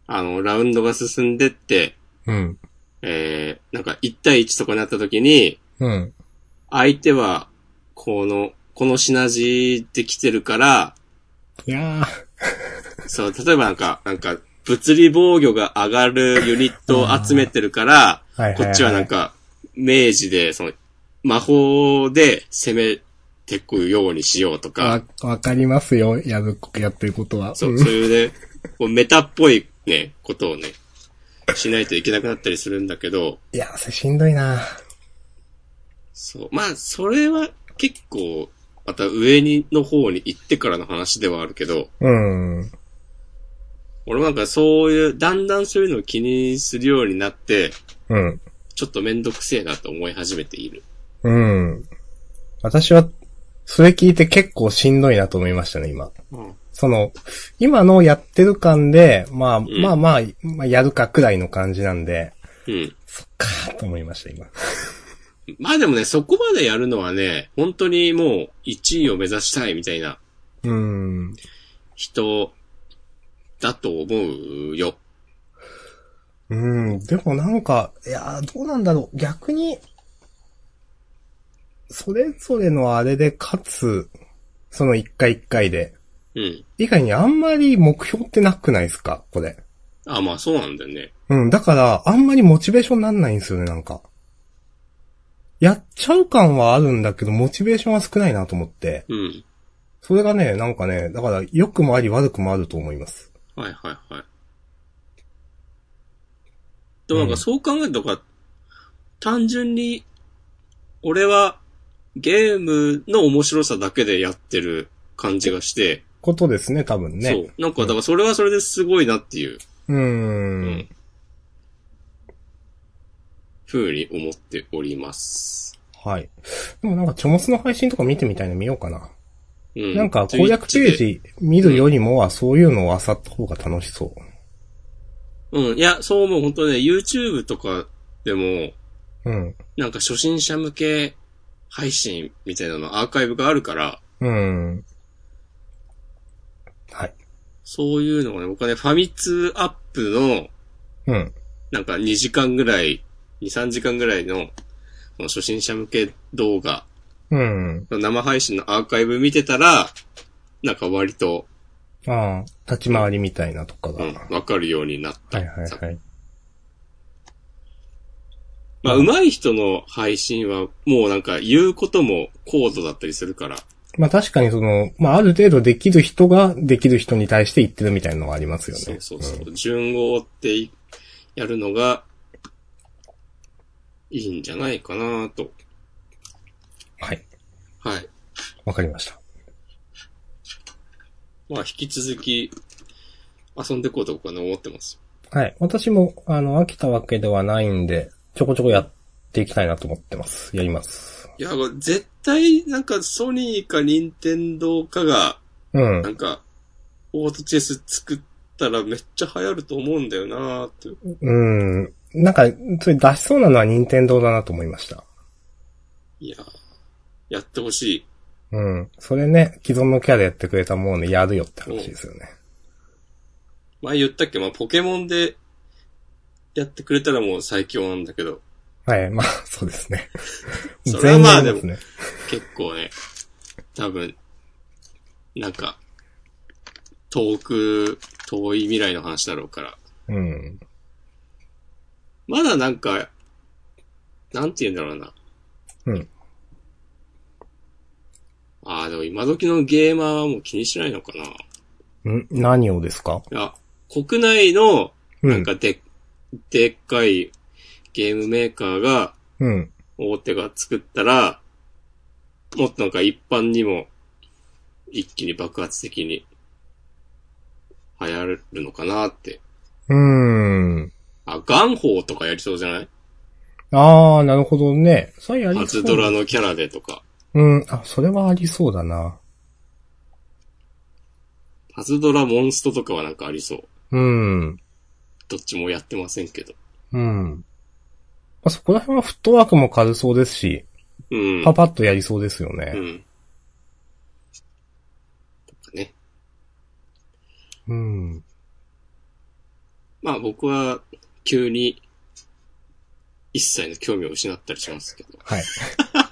あの、ラウンドが進んでって、うん。えー、なんか1対1とかになった時に、うん。相手は、この、このシナジーできてるから、いやー。そう、例えばなんか、なんか、物理防御が上がるユニットを集めてるから、はいこっちはなん。か、明治で、その、魔法で攻めてくようにしようとか、、わかりますよ。やる、やってることはそう、そういうね、こうメタっぽいね、ことをね、しないといけなくなったりするんだけど、いや、それしんどいなそう、まあ、それは結構、また上にの方に行ってからの話ではあるけど、うん。俺なんかそういう、だんだんそういうのを気にするようになって、うん。ちょっとめんどくせえなと思い始めている。うん。私は、それ聞いて結構しんどいなと思いましたね、今。うん。その、今のやってる感で、まあ、まあまあ、まあ、やるかくらいの感じなんで、うん。かーっと思いました、今。まあでもね、そこまでやるのはね、本当にもう1位を目指したいみたいなうん。人だと思うよ。うん、でもなんか、いやー、どうなんだろう。逆に、それぞれのあれで勝つ、その一回一回で、うん。以外にあんまり目標ってなくないですかこれ。あ、まあそうなんだよね。うん、だから、あんまりモチベーションなんないんですよね、なんか。やっちゃう感はあるんだけど、モチベーションは少ないなと思って。うん。それがね、なんかね、だから、良くもあり悪くもあると思います。はいはいはい。でもなんうかんそう考えるとか、単純に、俺はゲームの面白さだけでやってる感じがして、ことですね、多分ね。そう。なんかだからそれはそれですごいなっていう、う。うん。ふうに思っております。はい。でもなんか、チョモスの配信とか見てみたいの見ようかな。うんなんか、攻略ペー。ジ見るよりもは、そういうのを漁った方が楽しそう。うん。いや、そう思う。本当ね、YouTube とかでも、うん。なんか初心者向け配信みたいなのアーカイブがあるから、うん。はい。そういうのをね、僕はね、ファミ通アップの、うん。なんか2時間ぐらい、2、3時間ぐらいの、その初心者向け動画、うん。生配信のアーカイブ見てたら、なんか割と、ああ、立ち回りみたいなとかが。うはんい、わかるようになった。はいはい。まあ、上手い人の配信は、もうなんか言うことも高度だったりするから、まあ確かにその、まあある程度できる人ができる人に対して言ってるみたいなのはありますよね。そうそうそう。順を追っていやるのが、いいんじゃないかなと。はい。はい。わかりました。まあ、引き続き、遊んでこうと僕は思ってます。はい。私も、あの、飽きたわけではないんで、ちょこちょこやっていきたいなと思ってます。やります。いや、絶対、なんか、ソニーか任天堂かが、うんな。んか、オートチェス作ったらめっちゃ流行ると思うんだよなーって。うん。なんか、それ出しそうなのは任天堂だなと思いました。いやー、やってほしい。うん。それね、既存のキャラやってくれたもんね、やるよって話ですよね。前言ったっけまあ、ポケモンで、やってくれたらもう最強なんだけど、はい。まあ、そうですね。 それはまあ全員やりすね。結構ね、多分、なんか、遠く、遠い未来の話だろうから。うん。まだなんか、なんて言うんだろうな。うん。ああ、でも今時のゲーマーはもう気にしないのかな。ん何をですかいや、国内の、うなんかで、でっかいゲームメーカーが、うん。大手が作ったら、もっとなんか一般にも、一気に爆発的に、流行るのかなって。うん。あ、ガンホーとかやりそうじゃないあー、なるほどね。それやりそう。初ドラのキャラでとか。うん。あ、それはありそうだな。初ドラモンストとかはなんかありそう。うん。どっちもやってませんけど。うん。まあ、そこら辺はフットワークも軽そうですし、うん。パパッとやりそうですようね。ん。とかね。うん。まあ僕は、急に、一切の興味を失ったりします けど。はい。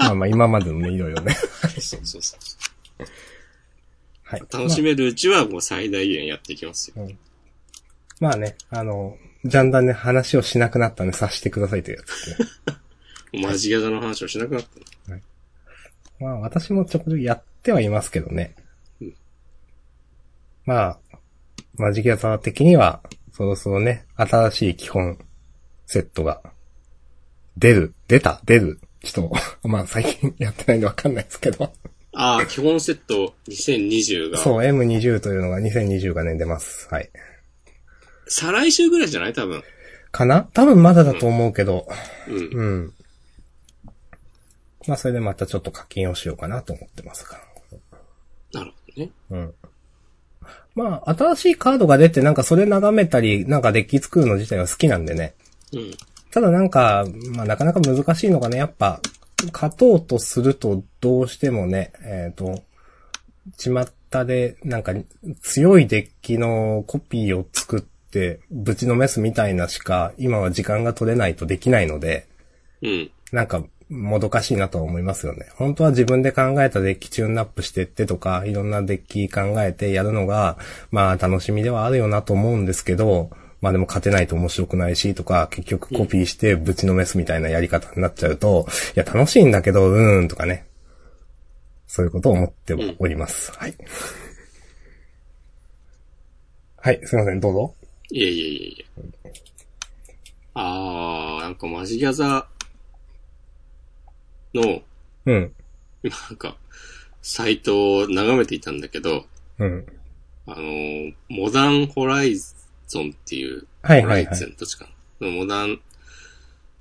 まあまあ、今までのね、いろいろね。そうそうそう。はい。楽しめるうちはもう最大限やっていきますよ。まあ。まあね、あの、ジャンダンね、話をしなくなったんで察してくださいというやつですね。マジギャザの話をしなくなった。まあ、私もちょこちょこやってはいますけどねうん。まあ、マジギャザー的には、そろそろね、新しい基本セットが、出る、出た、出る。ちょっと、 まあ最近やってないんでわかんないですけど。ああ、基本セット2020が。そう、M20 というのが2020がね、出ます。はい。再来週ぐらいじゃない多分。かな多分まだだと思うけど。うん。うん。まあ、それでまたちょっと課金をしようかなと思ってますかなるほどね。ら。うん。まあ、新しいカードが出て、なんかそれ眺めたり、なんかデッキ作るの自体は好きなんでね。うん。ただなんか、まあ、なかなか難しいのがね、やっぱ、勝とうとすると、どうしてもね、えっ、と、巷で、なんか、強いデッキのコピーを作って、ぶちのめすみたいなしか、今は時間が取れないとできないので、うん。なんか、もどかしいなとは思いますよね。本当は自分で考えたデッキチューンナップしてってとか、いろんなデッキ考えてやるのが、まあ楽しみではあるよなと思うんですけど、まあでも勝てないと面白くないしとか、結局コピーしてぶちのめすみたいなやり方になっちゃうと、いや楽しいんだけど、うーんとかね。そういうことを思っております。はい。はい、すいません、どうぞ。いやいやいやいや。ああ、なんかマジギャザの、うん、なんか、サイトを眺めていたんだけど、うん。あのーモダンホライゾンっていう、はいホはラいイはゾい。ン、確か。モダン、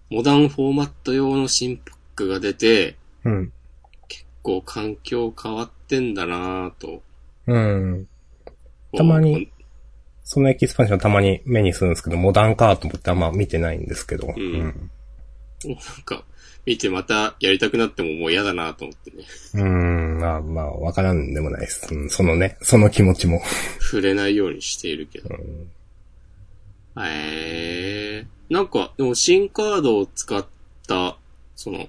モダンフォーマット用の新パックが出て、うん。こう環境変わってんだなぁと。うん。たまにそのエキスパンションたまに目にするんですけど、モダンカートってあんま見てないんですけど。うんこう。なんか、見てまたやりたくなってももう嫌だなぁと思ってね。うん。うんまあまあ、わからんでもないです。うんそのね、その気持ちも。触れないようにしているけど。ええなんか、でも新カードを使った、その、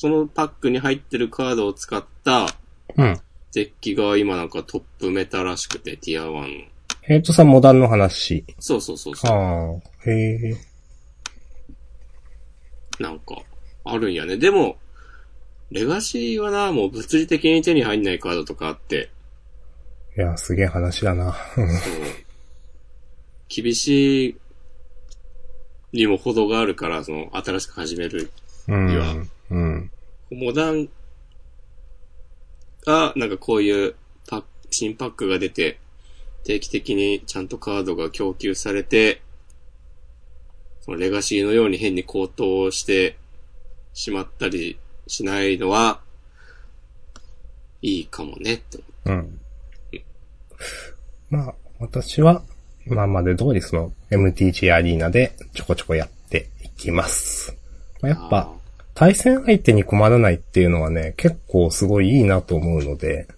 そのパックに入ってるカードを使ったうん。デッキが今なんかトップメタらしくて、ティア1の。えっとさ、モダンの話。そうそうそうそああ、へえ。う。なんか、あるんやね。でも、レガシーはな、もう物理的に手に入んないカードとかあって、いや、すげえ話だな。その厳しいにも程があるから、その、新しく始めるうん。いやうん。モダンが、なんかこういうパック新パックが出て、定期的にちゃんとカードが供給されて、そのレガシーのように変に高騰してしまったりしないのは、いいかもねって。うん。まあ、私は、今まで通りその MTG アリーナでちょこちょこやっていきます。まあやっぱ、対戦相手に困らないっていうのはね、結構すごいいいなと思うので、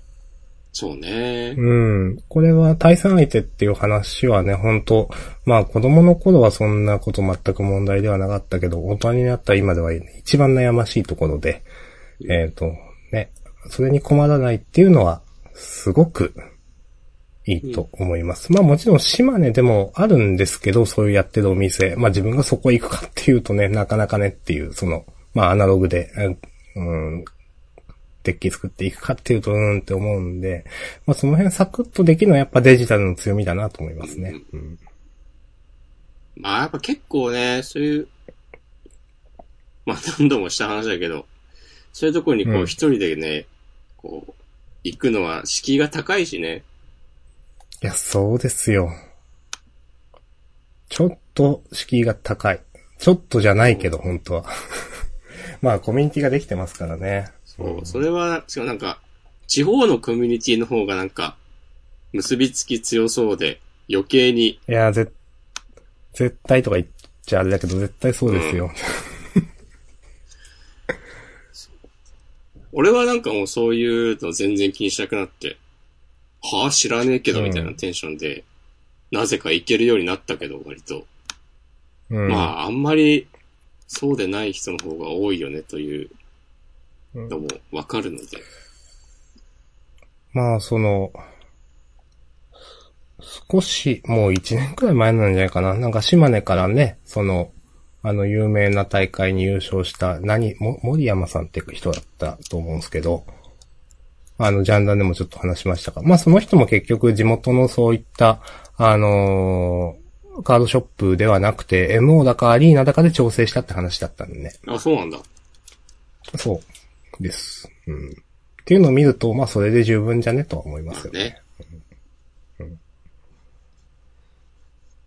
そうね。うん。これは対戦相手っていう話はね、本当まあ子供の頃はそんなこと全く問題ではなかったけど、大人になった今では一番悩ましいところで、えっ、と、ね、それに困らないっていうのは、すごく、いいと思います。まあもちろん島根でもあるんですけど、そういうやってるお店、まあ自分がそこ行くかっていうとね、なかなかねっていう、その、まあアナログで、うん、うんデッキ作っていくかっていうと、うーんって思うんで、まあその辺サクッとできるのはやっぱデジタルの強みだなと思いますね。うん。まあやっぱ結構ね、そういう、まあ何度もした話だけど、そういうとこにこうんう一人でね、こう、行くのは敷居が高いしね。いや、そうですよ。ちょっと敷居が高い。ちょっとじゃないけど、本当は。 まあコミュニティができてますからね。そう、それは、しかもなんか、地方のコミュニティの方がなんか、結びつき強そうで、余計に、いや、ぜ、絶対とか言っちゃあれだけど、絶対そうですよ。俺はなんかもうそういうの全然気にしなくなって、はあ知らねえけどうんみたいなテンションで、なぜか行けるようになったけど、割と。うん。まあ、あんまり、そうでない人の方が多いよねといううんのもわかるので。まあ、その、少し、もう一年くらい前なんじゃないかな。なんか島根からね、その、あの、有名な大会に優勝した、何、も、森山さんって人だったと思うんですけど、あの、ジャンダンでもちょっと話しましたが、まあ、その人も結局地元のそういった、あのーカードショップではなくて、MO だかアリーナだかで調整したって話だったんでね。あ、そうなんだ。そう。です。うん。っていうのを見ると、まあ、それで十分じゃねとは思いますよね。ね。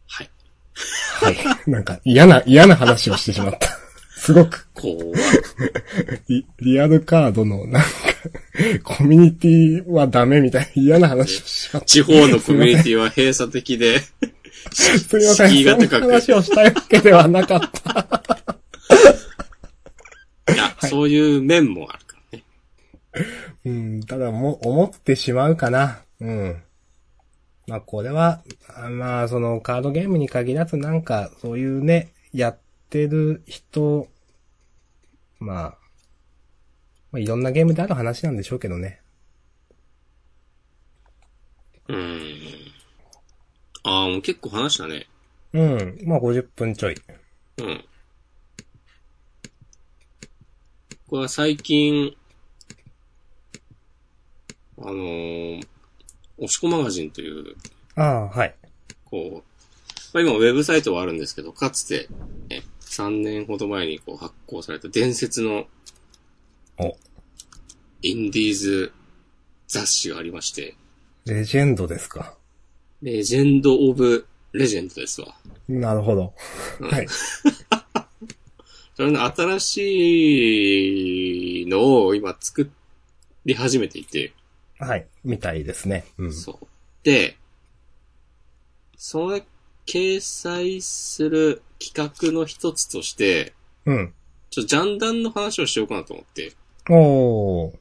はい。はい。なんか、嫌な、嫌な話をしてしまった。 すごくこう、リ、リアルカードの、なんか、コミュニティはダメみたいな嫌な話をしまっ地方のコミュニティは閉鎖 的で、た。すみません。敷居が高くそんな話をしたいわけではなかった。いや、そういう面もあるからね。うん、ただもう、思ってしまうかな。うん。まあ、これは、あまあ、その、カードゲームに限らず、なんか、そういうね、やってる人、まあ、まあ、いろんなゲームである話なんでしょうけどね。うーん。ああ、もう結構話したね。うん。まあ、50分ちょい。うん。これは最近、あのー、押し子マガジンという、ああ、はい。こう、まあ、今ウェブサイトはあるんですけど、かつて、ね、3年ほど前にこう発行された伝説のお、インディーズ雑誌がありまして、レジェンドですか。レジェンド・オブ・レジェンドですわ。なるほ ど。うんはい。それの新しいのを今作り始めていて、はい。みたいですね。うん。そう。で、それ掲載する企画の一つとして、うん。ちょっとジャンダンの話をしようかなと思って。おー。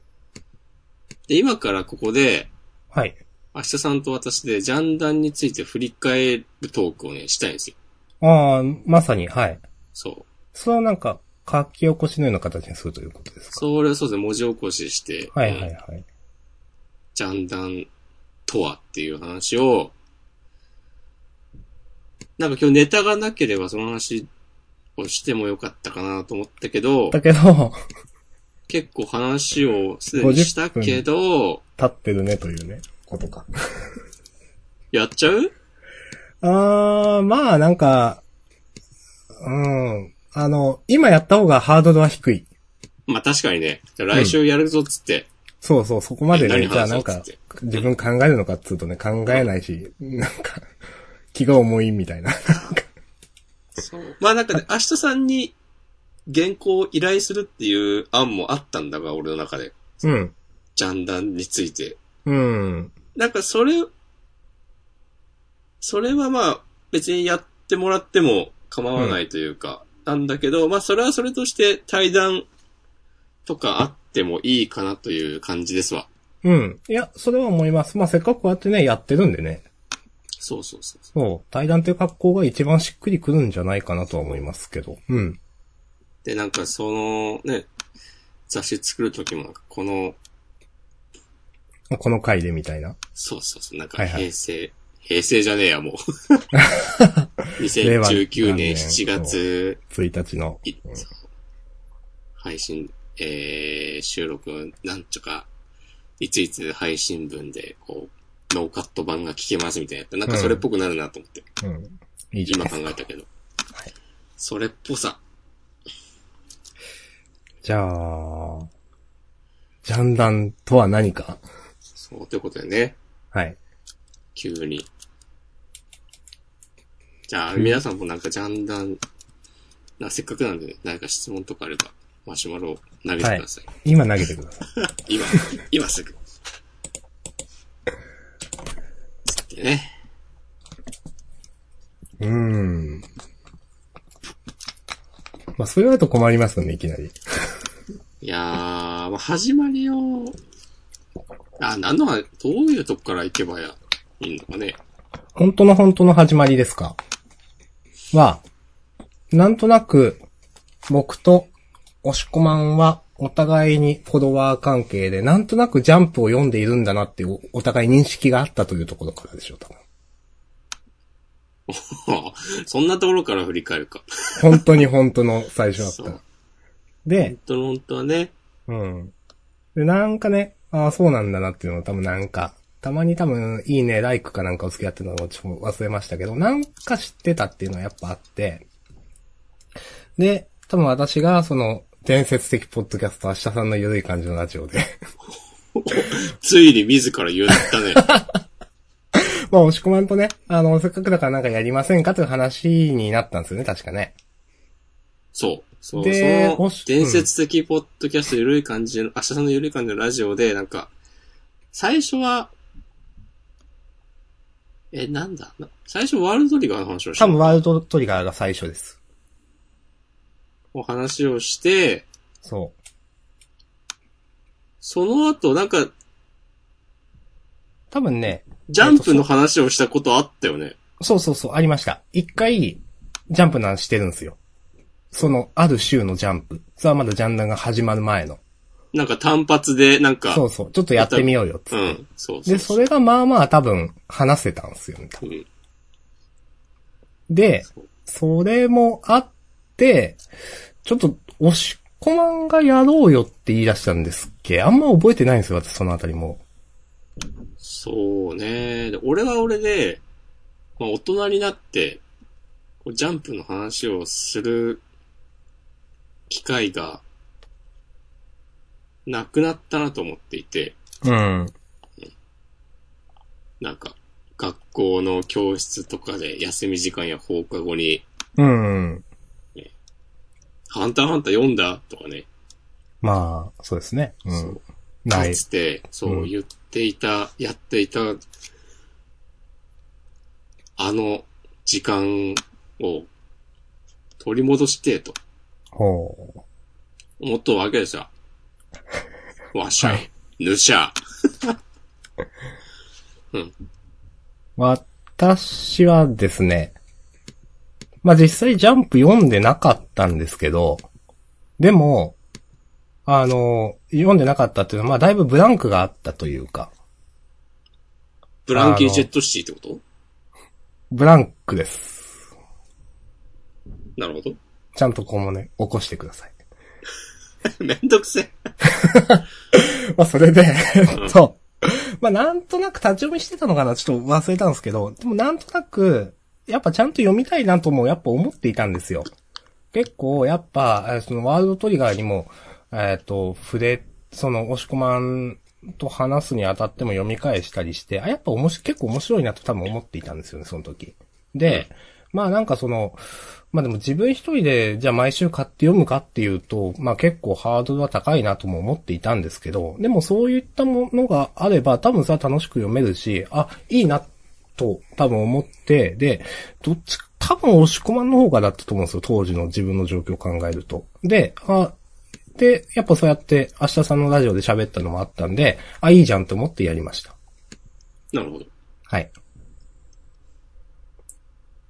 で、今からここで、はい。明日さんと私でジャンダンについて振り返るトークをね、したいんですよ。ああ、まさに、はい。そう。それをなんか、書き起こしのような形にするということですかそれをそうですね、文字起こしして、はいはういんはい。ジャンダンとはっていう話を、なんか今日ネタがなければその話をしてもよかったかなと思ったけど、だけど、 結構話をすでにしたけど、立ってるねというね、ことか。やっちゃうあー、まあなんか、うん。あの、今やった方がハードルは低い。まあ確かにね、じゃあ来週やるぞっつって、そうそう、そこまで何ね、じゃあ話そなうんかつって、自分考えるのかっつうとね、考えないし、 なんか、気が重いみたいな。 そうまあなんかね、明日さんに原稿を依頼するっていう案もあったんだが、俺の中で。うん。ジャンダンについて。うん。なんかそれ、それはまあ別にやってもらっても構わないというか、なんだけど、まあそれはそれとして対談とかあってもいいかなという感じですわ。うん。いや、それは思います。まあ、せっかくこうやってね、やってるんでね。そうそうそう。そう。対談という格好が一番しっくりくるんじゃないかなとは思いますけど。うん。で、なんかそのね、雑誌作るときもなんかこの、この回でみたいな。そうそうそう、なんはかいはい平成、平成じゃねえや もう。令和2019元年年7月1日の。い配信、えー、収録なんとか、いついつ配信分で、こう、ノーカット版が聞けますみたいなやつなんかそれっぽくなるなと思って、うん。いいじゃな今いで考すか。えたけど。それっぽさ。じゃあ、ジャンダンとは何かそう、ということでね、はい。急に。じゃあ、皆さんもなんかジャンダン、なせっかくなんで、ね、何か質問とかあれば、マシュマロを投げてください。今投げてください。今、今 すぐ。でね。うーん。まあ、そう言われると困りますよね、いきなり。いやー、まあ、始まりを、あ、なんのは、どういうとこから行けばや、いいのかね。 本当の本当の始まりですかは、なんとなく、僕と、押し込まんは、お互いにフォロワー関係で、なんとなくジャンプを読んでいるんだなっていう、お互い認識があったというところからでしょう、多分。そんなところから振り返るか。本当に本当の最初だそっうた。で本、当の本当はね、うん。で、なんかね、ああ、そうなんだなっていうのを多分なんか、たまに多分、いいね、ライクかなんかを付き合ってたのをちょっと忘れましたけど、なんか知ってたっていうのはやっぱあって、で、多分私が、その、伝説的ポッドキャスト、明日さんのゆるい感じのラジオで、 ついに自ら言っ たね。まあ、押し込まんとね、あの、せっかくだからなんかやりませんかという話になったんですよね、確かね。そう。そう、そでのもし、伝説的ポッドキャスト、ゆるい感じの、明日さんのゆるい感じのラジオで、なんか、最初は、え、なんだな最初ワールドリガーの話をした多分、ワールドトリガーが最初です。お話をして、そその後、なんか、う。多分ね、ジャンプの話をしたことあったよね。そうそうそう、ありました。一回、ジャンプの話してるんですよ。その、ある週のジャンプ。それはまだジャンダンが始まる前の。なんか単発で、なんか、そうそう、ちょっとやってみようよっつうって。ん、そうそうで、それがまあまあ多分、話せたんですよね。うんで、それもあって、ちょっと、押し込まんがやろうよって言い出したんですっけあんま覚えてないんですよ、私そのあたりも。そうね。で俺は俺で、まあ、大人になって、こうジャンプの話をする機会が、なくなったなと思っていて、うん。なんか、学校の教室とかで休み時間や放課後に、うん。ハンターハンター読んだとかね、まあ、そうですね。うそんう。なかい。つて、そううん言っていた、やっていた、あの時間を取り戻して、とほう。思ったわけで すよ。わしゃい、ぬしゃ。うん。私はですね、まあ、実際ジャンプ読んでなかったんですけど、でも、あの、読んでなかったっていうのは、まあ、だいぶブランクがあったというか、ブランキー・ジェット・シティってこブランクです。となるほど。 ちゃんとこうもね、起こしてください。 めんどくせえ。まあ、それで、えっと、まあ、なんとなく立ち読みしてたのかなちょっと忘れたんですけど、でもなんとなく、やっぱちゃんと読みたいなともやっぱ思っていたんですよ。結構、やっぱ、えーそのワールドトリガーにも、えっ、と、触れ、その、押し込まんと話すにあたっても読み返したりして、あ、やっぱ面白い、結構面白いなと多分思っていたんですよね、その時。で、まあなんかその、まあでも自分一人で、じゃあ毎週買って読むかっていうと、まあ結構ハードルは高いなとも思っていたんですけど、でもそういったものがあれば、多分さ、楽しく読めるし、あ、いいな、と多分思って、で、どっち、多分押し込まんの方がだったと思うんですよ、当時の自分の状況を考えると。で、あ、で、やっぱそうやって、明日さんのラジオで喋ったのもあったんで、あ、いいじゃんと思ってやりました。なるほど。はい。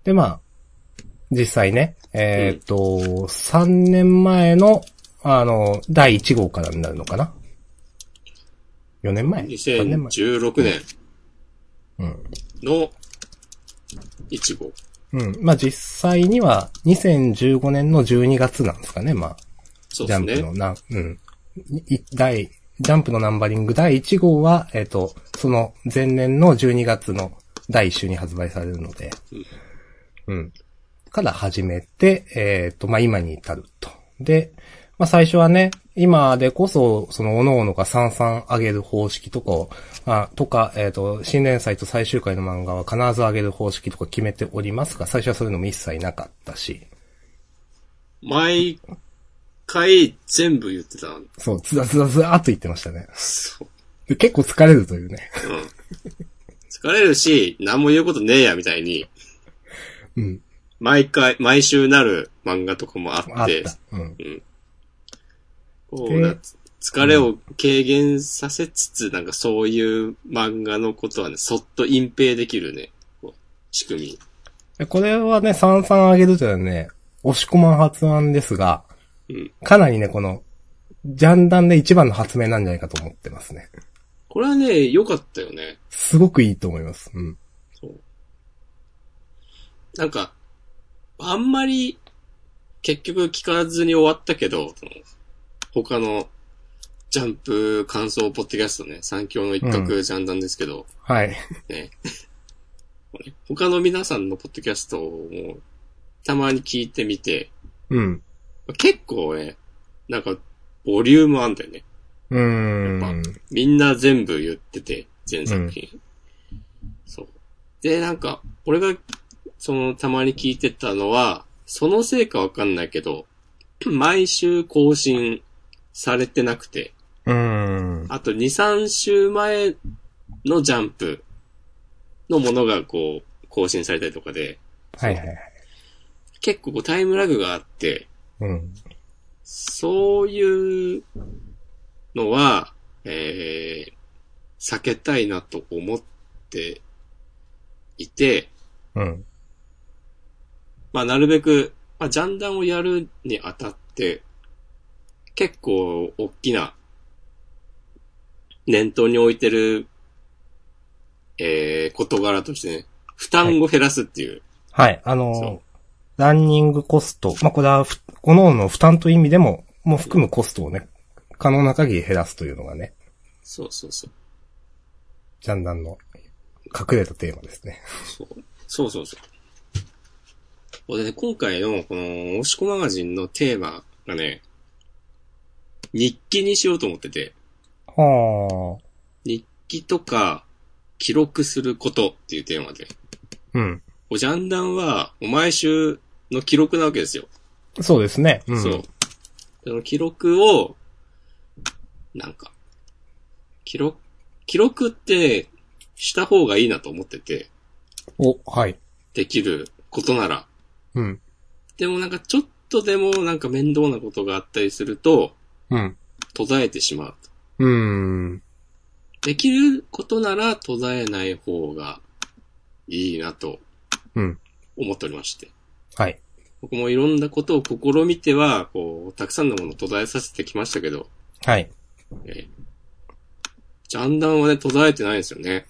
で、まあ、実際ね、えっ、と、3年前の、あの、第1号からになるのかな ?4 年前 ?3 年前。 2016年の1号。うん。まあ、実際には、2015年の12月なんですかね、まあ。そうジでャすンプのね。な、うん。い第、ジャンプのナンバリング第1号は、えっ、と、その前年の12月の第1週に発売されるので、うん。から始めて、えっ、と、まあ、今に至ると。で、まあ、最初はね、今でこそ、その、各々が三々上げる方式とかを、あとか、えっ、と、新連載と最終回の漫画は必ず上げる方式とか決めておりますが、最初はそういうのも一切なかったし、毎回全部言ってた。そう、ずらずらずらーっと言ってましたね。そう。で結構疲れるというね。 うん。疲れるし、何も言うことねえや、みたいに。うん。毎回、毎週なる漫画とかもああっ、ってた。うん。こでうな疲れを軽減させつつ、なんかそういう漫画のことはね、そっと隠蔽できるね、こう仕組み。でこれはね、三々上げるというのはね、押し込まん発案ですが、うんかなりね、この、ジャンダンで一番の発明なんじゃないかと思ってますね。これはね、良かったよね。すごくいいと思います。うん。そう。なんか、あんまり、結局聞かずに終わったけど、その他の、ジャンプ感想ポッドキャストね、三強の一角ジャンダンですけど、はい。ね。他の皆さんのポッドキャストをもう、たまに聞いてみて、うん。結構ね、なんか、ボリュームあんだよね。うーやっん。みんな全部言ってて、全作品。そう。で、なんか、俺が、その、たまに聞いてたのは、そのせいかわかんないけど、 毎週更新されてなくて、うーん。あと2、3週前のジャンプのものがこう、更新されたりとかで、はいはいはい。結構こうタイムラグがあって、うん。そういうのは、えー、避けたいなと思っていて、うん。まあなるべく、まあジャンダンをやるにあたって、結構大きな念頭に置いてる、えー、事柄としてね、負担を減らすっていう。はい。あそうの、ランニングコスト。まあ、これはふ、各々の負担という意味でも、もう含むコストをね、可能な限り減らすというのがね、そうそうそう。ジャンダンの隠れたテーマですね。そう。そうそうそう。でね、今回のこの、おしこマガジンのテーマがね、日記にしようと思ってて、はあ。日記とか、記録することっていうテーマで。うん。おジャンダンは、お毎週の記録なわけですよ。そうですね。うん。そう。その記録を、なんか、記録、記録って、した方がいいなと思ってて、お、はい。できることなら、うん。でもなんかちょっとでもなんか面倒なことがあったりすると、うん。途絶えてしまう。うーん。できることなら途絶えない方がいいなとうん。思っておりまして。はい。僕もいろんなことを試みては、こう、たくさんのものを途絶えさせてきましたけど、はい。えージャンダンはね、途絶えてないんですよね。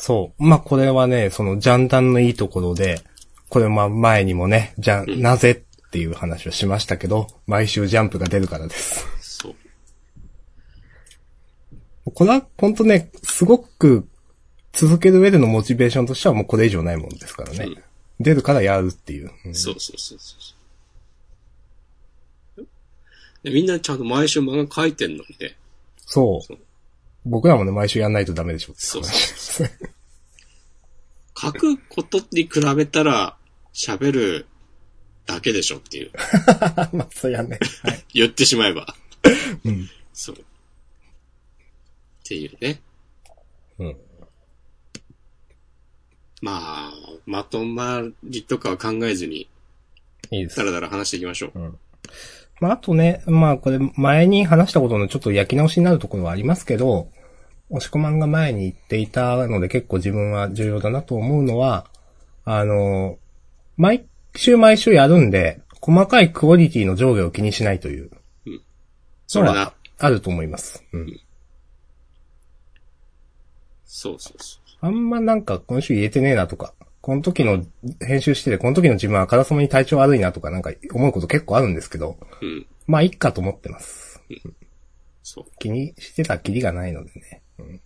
そう。まあ、これはね、その、ジャンダンのいいところで、これまあ、前にもね、じゃ、うんなぜっていう話をしましたけど、毎週ジャンプが出るからです。そう。これは、ほんとね、すごく、続ける上でのモチベーションとしてはもうこれ以上ないもんですからね。うん出るからやるっていう。うんそうそうそうそうそう。でみんなちゃんと毎週漫画書いてんのにね。そそうう。僕らもね、毎週やんないとダメでしょってそう話そう書くことに比べたら、喋るだけでしょっていう。あ まあ、そうやんね。はい。言ってしまえば。うん。そう。っていうね。うん。まあ、まとまりとかは考えずに、いいですだ。らだら話していきましょう。まあ、あとね、まあ、これ、前に話したことのちょっと焼き直しになるところはありますけど、押し込まんが前に言っていたので結構自分は重要だなと思うのは、あの、毎週毎週やるんで、細かいクオリティの上下を気にしないという、それな。あると思います。うん。そうそうそあんまなんか今週言えてねえなとか、この時の編集してて、この時の自分はあからさまに体調悪いなとかなんか思うこと結構あるんですけど、う。うん。まあ、いっかと思ってます。そう。気にしてたきりがないのでね。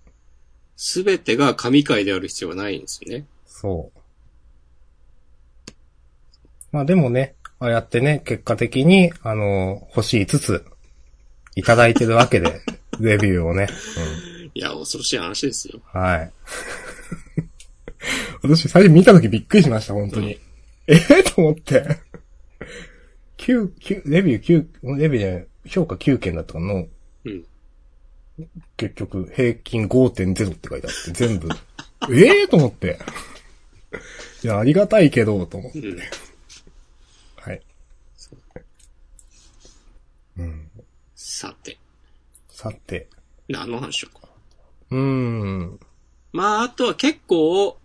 すべてが神回である必要はないんですよね。そう。まあでもね、ああやってね、結果的に、あの、欲しいつつ、いただいてるわけで、 レビューをね。いや、恐ろしい話ですよ。うん、はい。 私、最初見たときびっくりしました、本当に。ええ と思って。9、9、レビュー9、レビューじゃない、評価9件だったかな。うん。結局、平均5.0って書いてあって、全部。 ええと思って。いや、ありがたいけど、と思って。うん。はい。そううん。さて、さて。何の話しようか。うーん。まあ、あとは結構、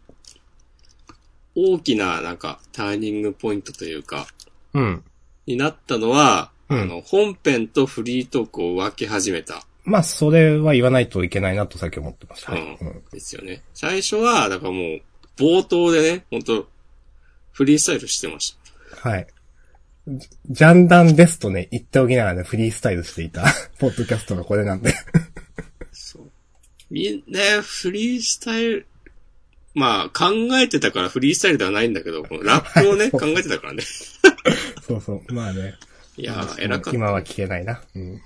大きな、なんか、ターニングポイントというか、うん。になったのは、うんあの、本編とフリートークを分け始めた。まあ、それは言わないといけないなとさっき思ってました。はい。ううんん。ですよね。最初は、だからもう、冒頭でね、本当フリースタイルしてました。はい。ジジャンダンですとね、言っておきながらね、フリースタイルしていた、 ポッドキャストがこれなんで。 そう。みんな、フリースタイル、まあ、考えてたからフリースタイルではないんだけど、このラップをね、考えてたからね。そうそう。まあね。いやー、偉かった。今は聞けないな。うん。い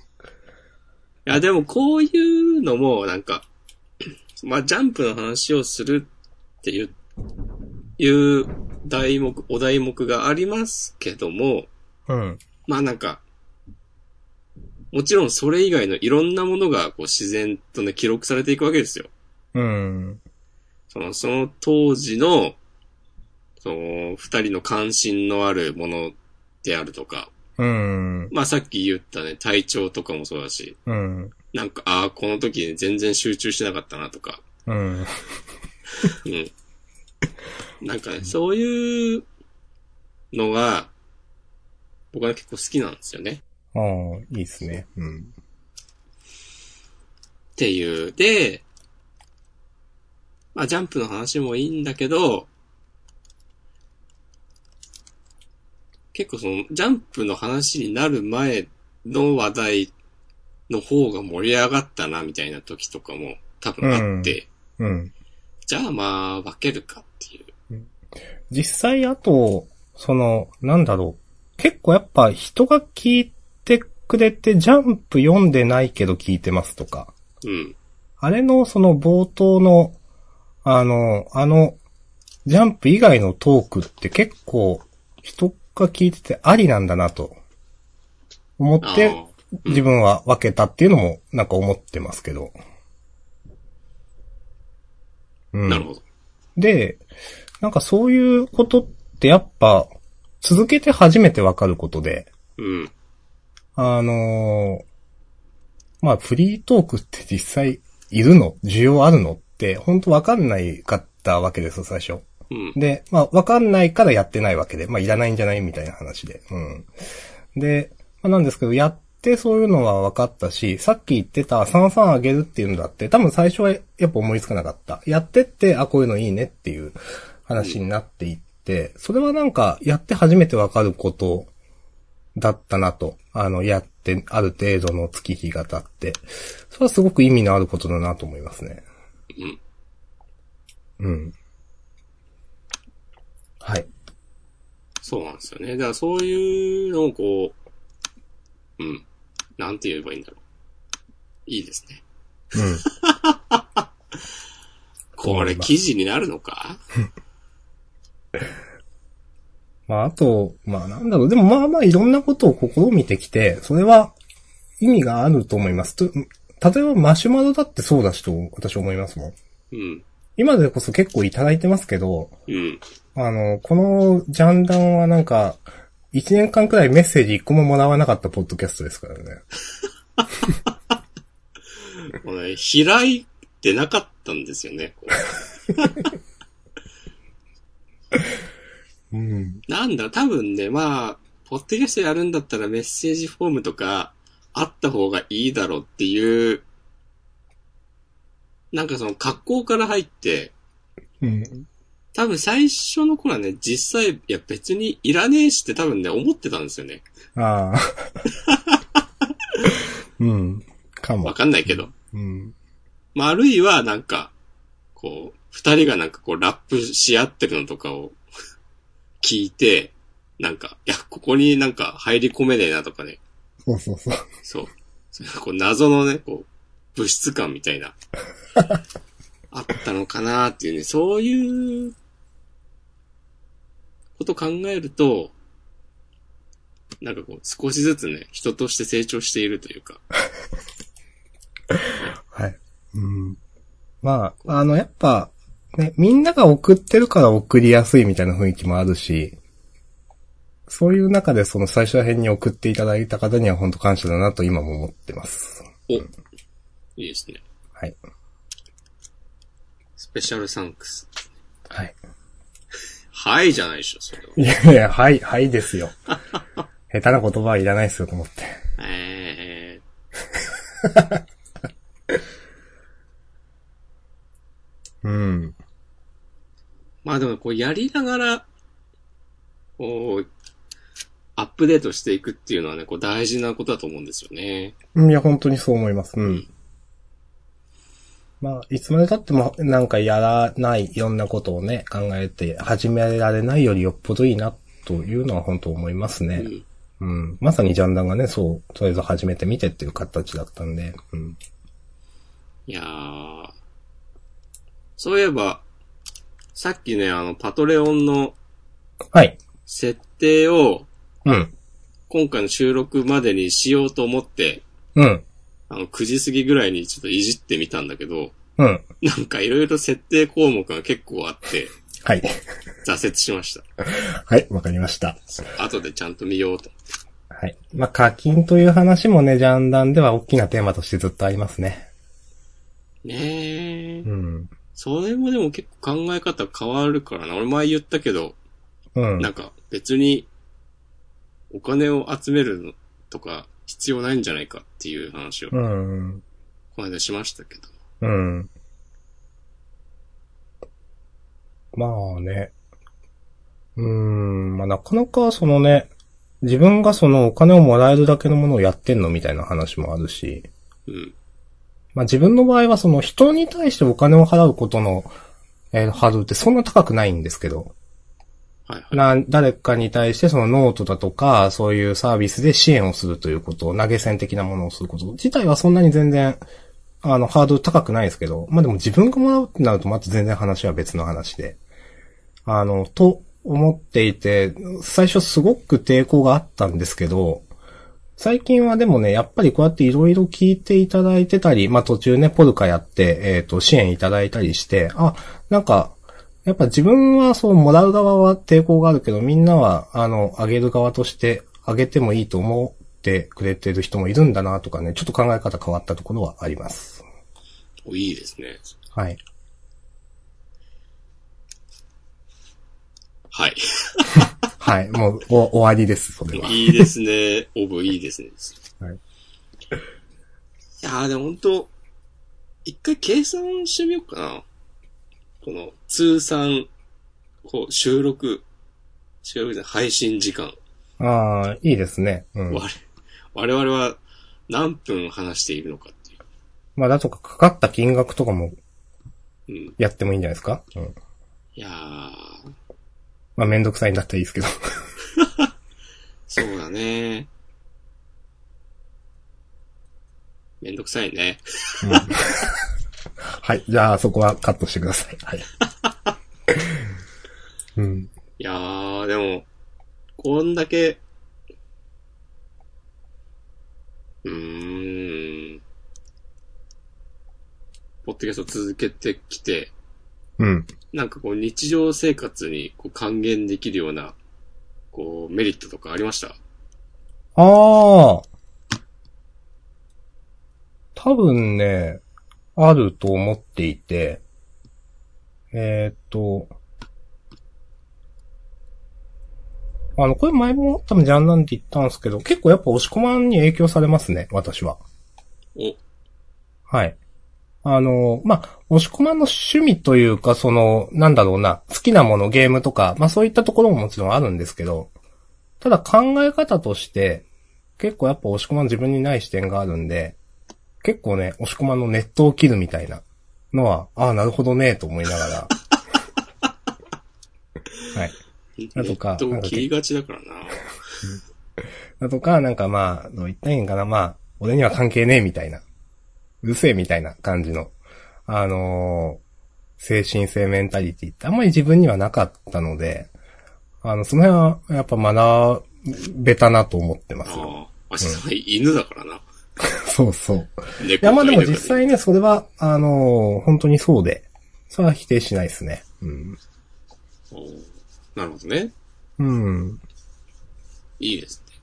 や、でもこういうのも、なんか、 まあ、ジャンプの話をするっていう、いう題目、お題目がありますけども、うん。まあなんか、もちろんそれ以外のいろんなものがこう自然とね、記録されていくわけですよ。うん。その、その当時の、その、二人の関心のあるものであるとか、うん。まあさっき言ったね、体調とかもそうだし、うん。なんか、ああ、この時ね全然集中しなかったなとか、うん。うん。 なんかね、そういうのが、僕は結構好きなんですよね。ああ、いいですね。うん。っていう。で、まあ、ジャンプの話もいいんだけど、結構その、ジャンプの話になる前の話題の方が盛り上がったな、みたいな時とかも多分あって、うん。じゃあまあ、分けるかっていう。実際あと、その、なんだろう。結構やっぱ人が聞いてくれて、ジャンプ読んでないけど聞いてますとか。うん。あれのその冒頭の、あの、あの、ジャンプ以外のトークって結構人が聞いててありなんだなと。思っあて、あうん自分は分けたっていうのもなんか思ってますけど。うんなるほど。で、なんかそういうことってやっぱ、続けて初めてわかることで、うん。あのーまあフリートークって実際いるの需要あるのって、本当わかんないかったわけですよ、最初。うん。で、まあ、わかんないからやってないわけで、まあ、いらないんじゃないみたいな話で。うん。で、まあ、なんですけど、やってそういうのは分かったし、さっき言ってた33あげるっていうのだって、多分最初はやっぱ思いつかなかった。やってって、あ、こういうのいいねっていう話になっていって、それはなんか、やって初めて分かることだったなと。あの、やって、ある程度の月日が経って。それはすごく意味のあることだなと思いますね。うん。うん。はい。そうなんですよね。だからそういうのをこう、うん。なんて言えばいいんだろう。いいですね。うん。これ記事になるのかまあ、あと、まあなんだろう、でもまあまあいろんなことを試みてきて、それは意味があると思います。と例えばマシュマロだってそうだしと私思いますもん。うん。今でこそ結構いただいてますけど、うん。あの、このジャンダンはなんか、1年間くらいメッセージ1個ももらわなかったポッドキャストですからね。これ開いてなかったんですよね。こううん。なんだ、多分ね、まあ、ポッドキャストやるんだったらメッセージフォームとかあった方がいいだろうっていう、なんかその格好から入って、うん。多分最初の頃はね、実際、いや別にいらねえしって多分ね、思ってたんですよね。ああ。 うん。かもわ。かんないけど。うん。まあ、あるいはなんか、こう、二人がなんかこう、ラップし合ってるのとかを 聞いて、なんか、いや、ここになんか入り込めねえなとかね。そうそうそう。そう。それがこう、謎のね、こう、物質感み たいな。あったのかなっていうね、そういう、こと考えると、なんかこう、少しずつね、人として成長しているというか。はい。うん。まあ、あの、やっぱ、ね、みんなが送ってるから送りやすいみたいな雰囲気もあるし、そういう中でその最初ら辺に送っていただいた方には本当感謝だなと今も思ってます。お、いいですね。はい。スペシャルサンクス。はい。はいじゃないでしょ、それは。いやいや、はい、はいですよ。 下手な言葉はいらないですよと思って。えうん。ー、まあでもこうやりながら、こう、アップデートしていくっていうのはね、こう大事なことだと思うんですよね。いや、本当にそう思います。うん。まあ、いつまで経ってもなんかやらないいろんなことをね、考えて始められないよりよっぽどいいなというのは本当思いますうね。ん。うん。まさにジャンダンがね、そう、とりあえず始めてみてっていう形だったんで。うん。いやー。そういえば、さっきね、あの、パトレオンのはい。設定をうん。今回の収録までにしようと思って、うん。あの、9時過ぎぐらいにちょっといじってみたんだけど、うん。なんかいろいろ設定項目が結構あって、はい。 挫折しました。はい、わかりました。後でちゃんと見ようと。はい。まあ、課金という話もね、ジャンダンでは大きなテーマとしてずっとありますね。ねえ。うん。それもでも結構考え方変わるからな。俺前言ったけど、うんな。んか別にお金を集めるのとか必要ないんじゃないかっていう話をこうん。の間しましたけど。うん。まあね。うーん、まあなかなかそのね、自分がそのお金をもらえるだけのものをやってんのみたいな話もあるし、うん。まあ自分の場合はその人に対してお金を払うことの、えーハードルってそんな高くないんですけど、はいはい。な、誰かに対してそのノートだとか、そういうサービスで支援をするということ、投げ銭的なものをすること自体はそんなに全然、あの、ハードル高くないですけど、まあでも自分がもらうってなるとまた全然話は別の話で、あの、と思っていて、最初すごく抵抗があったんですけど、最近はでもね、やっぱりこうやっていろいろ聞いていただいてたり、まあ途中ね、ポルカやって、えっ、と、支援いただいたりして、あ、なんか、やっぱ自分はそう、もらう側は抵抗があるけど、みんなは、あの、あげる側として、あげてもいいと思ってくれてる人もいるんだなとかね、ちょっと考え方変わったところはあります。おおいいですね。はい。はい。はい。もう、お、終わりです、それは。いいですね。オブいいですね。はいいやーでも本当一回計算してみようかな。この、通算、こう、収録、収録じゃない配信時間。ああ、いいですね。うん。我我々は何分話しているのかってまあ、だとか、かかった金額とかもいう。うん。やってもいいんじゃないですかうん。いやー、まあ、めんどくさいんだったらいいですけど。そうだね。めんどくさいね。はい。じゃあ、そこはカットしてください。 はい。うん。いやー、でも、こんだけ、うーん、ポッドキャスト続けてきて、うん。なんかこう日常生活にこう還元できるような、こうメリットとかありましたああ。多分ね、あると思っていて、えーっと、あの、これ前も多分ジャンなんて言ったんですけど、結構やっぱ押し込まんに影響されますね、私は。お、はい。あの、まあ、押し込まんの趣味というか、その、なんだろうな、好きなもの、ゲームとか、まあ、そういったところももちろんあるんですけど、ただ考え方として、結構やっぱ押し込まん自分にない視点があるんで、結構ね、押し込まんのネットを切るみたいなのは、ああ、なるほどね、と思いながら。はい。ネなんとかットを切りがちだからな。だとか、なんかまあ、どう言ったらいいんかな、まあ、俺には関係ねえみたいな、うるせえみたいな感じの、あのー精神性メンタリティってあんまり自分にはなかったので、あの、その辺はやっぱ学べたなと思ってます。ああ、しさ犬だからな。 そうそう。い猫や、まあでもと犬実が際ね、それは、あのー本当にそうで、それは否定しないですね。うん。おーなるほどね。うん。いいですね。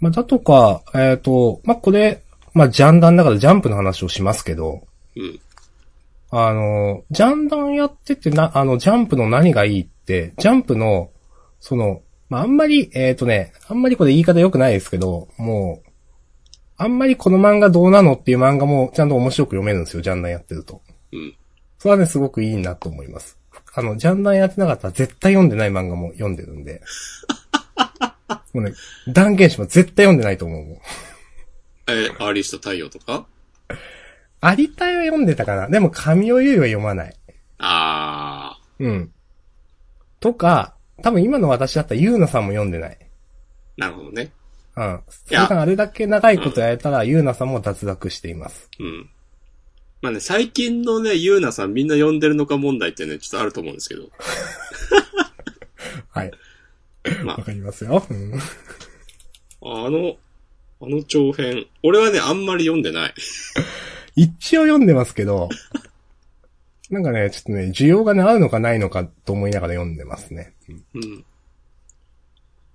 まあ、だとか、えっ、と、まあ、これ、まあ、ジャンダンだからジャンプの話をしますけど、うん。あの、ジャンダンやっててな、あの、ジャンプの何がいいって、ジャンプの、その、まあ、あんまり、えっ、とね、あんまりこれ言い方良くないですけど、もう、あんまりこの漫画どうなのっていう漫画もちゃんと面白く読めるんですよ、ジャンダンやってると。うん。それはね、すごくいいなと思います。あの、ジャンダンやってなかったら絶対読んでない漫画も読んでるんで。もうね、断言します。絶対読んでないと思うもん。え、アーリスト太陽とかありたいは読んでたかな。でも、神尾優衣は読まない。ああ。うん。とか、多分今の私だったら、ゆうなさんも読んでない。なるほどね。うん。いや普段あれだけ長いことやれたら、ゆうなさんも脱落しています。うん。まあね、最近のね、ゆうなさんみんな呼んでるのか問題ってね、ちょっとあると思うんですけど。はい。まわかりますよ。うんあ、あの、あの長編。俺はね、あんまり読んでない。一応読んでますけど、なんかね、ちょっとね、需要がね、あるのかないのかと思いながら読んでますね。うん。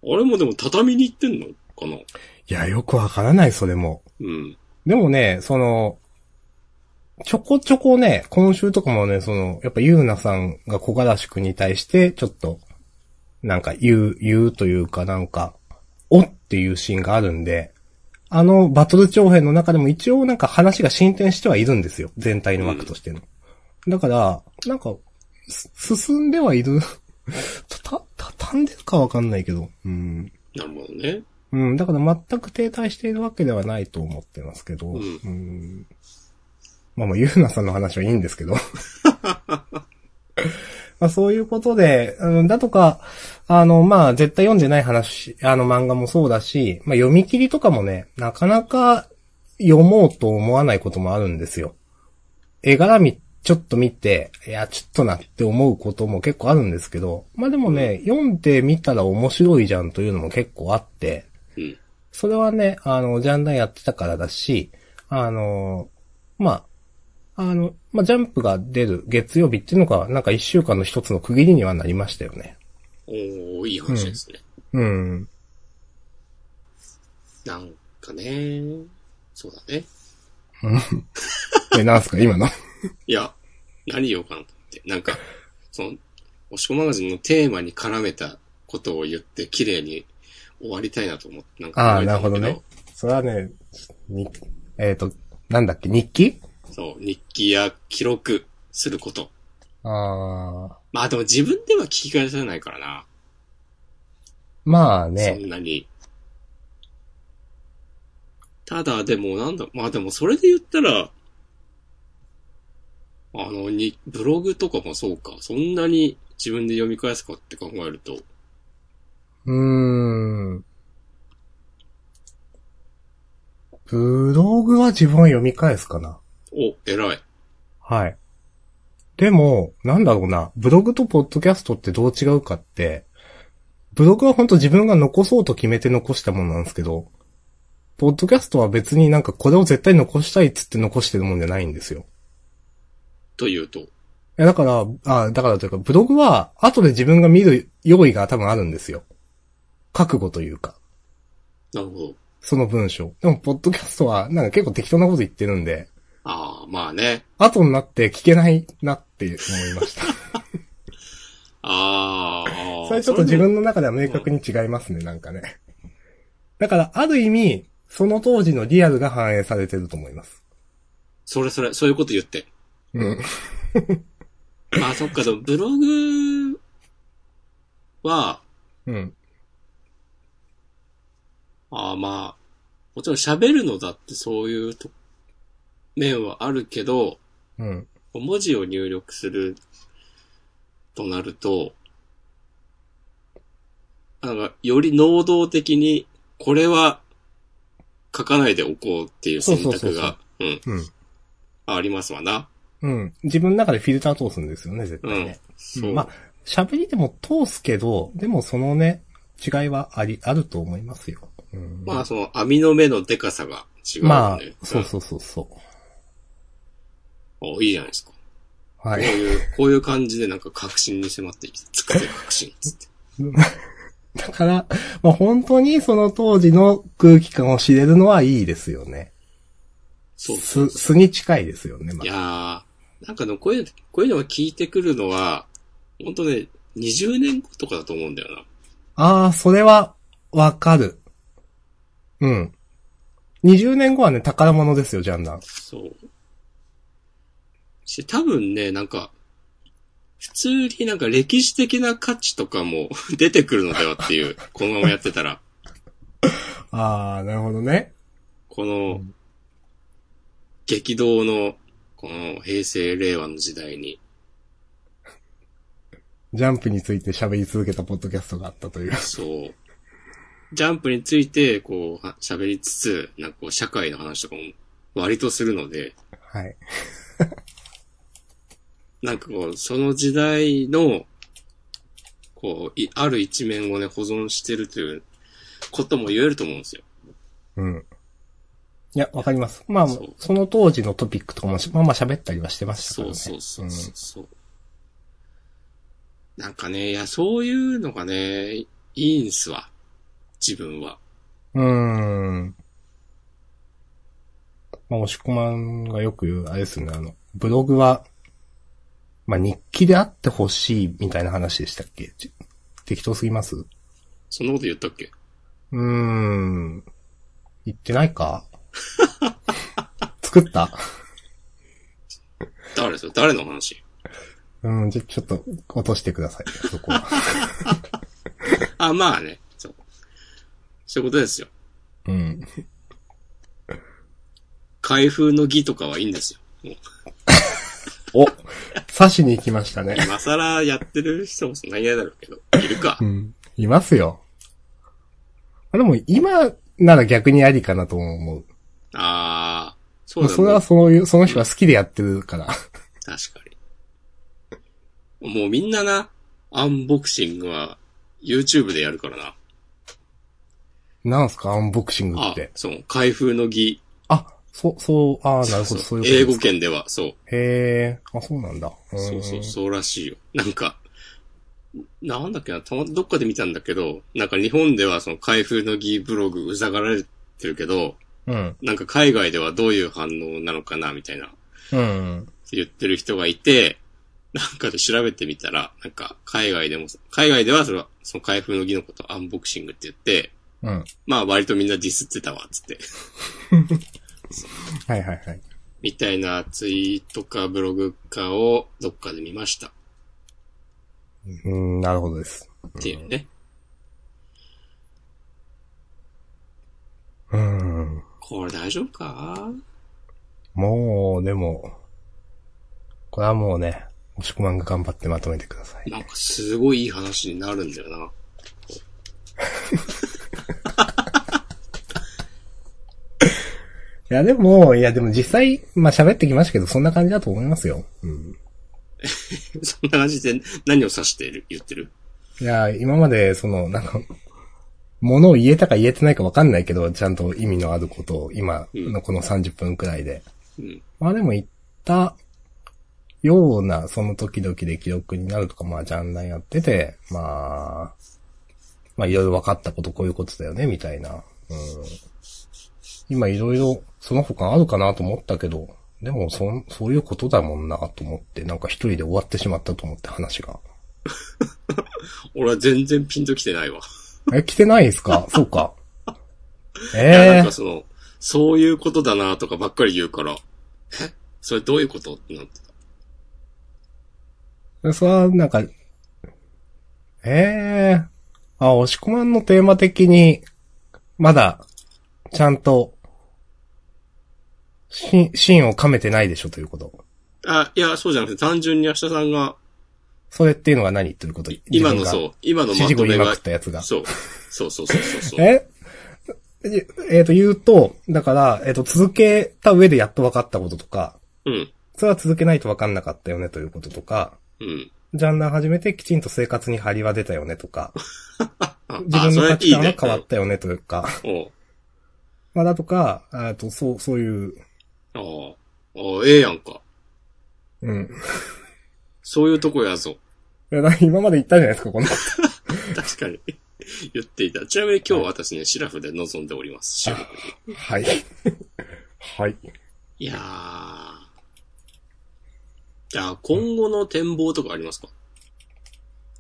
俺もでも畳に行ってんのかないや、よくわからない、それも。うん。でもね、その、ちょこちょこね、今週とかもね、その、やっぱゆうなさんが小柄しくに対して、ちょっと、なんか言う、言うというかなんか、おっていうシーンがあるんで、あのバトル長編の中でも一応なんか話が進展してはいるんですよ。全体の枠としての。だから、なんか、す進んではいる。 た、た、畳んでるかわかんないけど。うん。なるほどね。うん、だから全く停滞しているわけではないと思ってますけど、うんんまあまあ、ゆうなさんの話はいいんですけど。 まあそういうことで、うん、だとか、あの、まあ絶対読んでない話、あの漫画もそうだし、まあ読み切りとかもね、なかなか読もうと思わないこともあるんですよ。絵柄み、ちょっと見て、いや、ちょっとなって思うことも結構あるんですけど、まあでもね、読んでみたら面白いじゃんというのも結構あって、うん。それはね、あの、ジャンダンやってたからだし、あの、まあ、あの、まあ、ジャンプが出る月曜日っていうのが、なんか一週間の一つの区切りにはなりましたよね。おー、いい話ですね。うん。なんかね。そうだね。え、なんすか今の。いや、何言おうかなと思って。なんか、その、おしこマガジンのテーマに絡めたことを言って、綺麗に終わりたいなと思って、なん かああ、考えなたるほんだけどね。それはね、に、えっ、と、なんだっけ、日記そう、日記や記録すること。ああ、まあでも自分では聞き返さないからな。まあそね。んなに。ただ、でもなんだ、まあでもそれで言ったら、あの、に、ブログとかもそうか。そんなに自分で読み返すかって考えると、うーん。ブログは自分は読み返すかな。お、偉い。はい。でも、なんだろうな、ブログとポッドキャストってどう違うかって、ブログは本当自分が残そうと決めて残したものなんですけど、ポッドキャストは別になんかこれを絶対残したいっつって残してるもんじゃないんですよ。というと。いやだから、あだからというか、ブログは後で自分が見る用意が多分あるんですよ。覚悟というか、なるほど。その文章。でも、ポッドキャストはなんか結構適当なこと言ってるんで、ああ、まあね。後になって聞けないなって思いました。あーあー。それちょっと自それ分の中では明確に違いますね、なんかね。だから、ある意味、その当時のリアルが反映されてると思います。それそれ、そういうこと言って。うん。まあそっか、でもブログは、うん。ああまあ、もちろん喋るのだってそういうと面はあるけど、うん。文字を入力するとなると、なんか、より能動的に、これは書かないでおこうっていう選そうそうそう択そが、うん、うん。ありますわな。うん。自分の中でフィルター通すんですよね、絶う対んね。。そう。まあ、喋りでも通すけど、でもそのね、違いはあり、あると思いますよ。うん。まあ、その網の目のデカさが違うまのあで。、そうそうそうそうん。おいいじゃないですか。う。はこうい。いう、こういう感じでなんか確信に迫っていきつくて確信つって。だから、まあ本当にその当時の空気感を知れるのはいいですよね。そうそうす、素に近いですよね、まいあ。やー、なんかのこういう、こういうのが聞いてくるのは、ほんとね、20年後とかだと思うんだよな。ああ、それは、わかる。うん。20年後はね、宝物ですよ、ジャンダン。そう。し、多分ね、なんか、普通になんか歴史的な価値とかも 出てくるのではっていう、このままやってたら、ああ、なるほどね。この、激動の、この平成令和の時代に、ジャンプについて喋り続けたポッドキャストがあったという。そう。ジャンプについて、こう、は喋りつつ、なんかこう、社会の話とかも割とするので、はい。なんかこう、その時代の、こう、いある一面をね、保存してるということも言えると思うんですよ。うん。いや、わかります。まあ、そうその当時のトピックとかもし、まあまあ喋ったりはしてましたかそらうね。そうそんうそう。なんかね、いや、そういうのがね、いいんすわ。自分は。うーん。まあ、押し込まんがよく言う、あれですよね、あの、ブログは、まあ、日記であってほしいみたいな話でしたっけち適当すぎますうそんなこと言ったっけーん。言ってないか作った誰それ誰の話うん、じゃ、ちょっと落としてください、そこは。あ、まあね。そう。そういうことですよ。うん。開封の儀とかはいいんですよ。もうお刺しに行きましたね。今更やってる人もそんなにいないだろうけど、いるかう。ん。いますよ。あでも、今なら逆にありかなとも思う。ああ、そそうだれもうはそういう、その人が好きでやってるから。 確かに。もうみんなな、アンボクシングは YouTube でやるからな。なんすかアンボクシングあって、。そう、開封の儀。あ、そう、そう、ああ、なるほど、そうういうこと英で語すか。圏では、そう。へえ、あ、そうなんだ。そうそうう、ーんそうらしいよ。なんか、なんだっけな、たま、どっかで見たんだけど、なんか日本ではその開封の儀ブログうざがられてるけど、うん。なんか海外ではどういう反応なのかな、みたいなうん。言ってる人がいて、なんかで調べてみたら、なんか海外でも、海外ではそれは、その開封の儀のことをアンボクシングって言って、うん。まあ割とみんなディスってたわ、つって。はいはいはい。みたいなツイートかブログかをどっかで見ました。うん、なるほどです。っていうね。うん。これ大丈夫かもう、でも、これはもうね、押し込まんが頑張ってまとめてください。なんかすごいいい話になるんだよな。 いや、でも、いや、でも実際、まあ、喋ってきましたけど、そんな感じだと思いますよ。うん。そんな感じで何を指してる言ってるいや、今まで、その、なんか、物を言えたか言えてないかわかんないけど、ちゃんと意味のあることを、今のこの30分くらいで。うん。まあでも言ったような、その時々で記録になるとか、まあジャンダンやってて、まあ、まあいろいろ分かったこと、こういうことだよね、みたいな。うん、今いろいろ、その他あるかなと思ったけど、でもそん、そういうことだもんな、と思って、なんか一人で終わってしまったと思って話が。俺は全然ピンときてないわ。 え、来てないです かそうか。いや、なえんえかその、そういうことだなとかばっかり言うから、えそれどういうことってなってた。それは、なんか、ええあ、押し込まんのテーマ的に、まだ、ちゃんと、し、芯を噛めてないでしょということ。あ、いや、そうじゃなくて、単純に明日さんが、それっていうのが何ということ今の自そ分う、今がのま指示と語言めいまがくっ、たやつが。そう、そうそうそうそうそう。えええーと、言うと、だから、えっ、と、続けた上でやっと分かったこととか、うん、それは続けないと分かんなかったよねということとか、うん。ジャンダン始めてきちんと生活に張りは出たよねと か、あ自分の価値観が変わっ。あたよねというか、それいいねまあだとか、えーと、そう、そういう、うんおうおうええやんか。うん。そういうとこやぞ。いやだ今まで言ったじゃないですか、この。確かに。言っていた。ちなみに今日私ね、シラフで臨んでおります。収録にはい。 はい。いやー。じゃあ、今後の展望とかありますか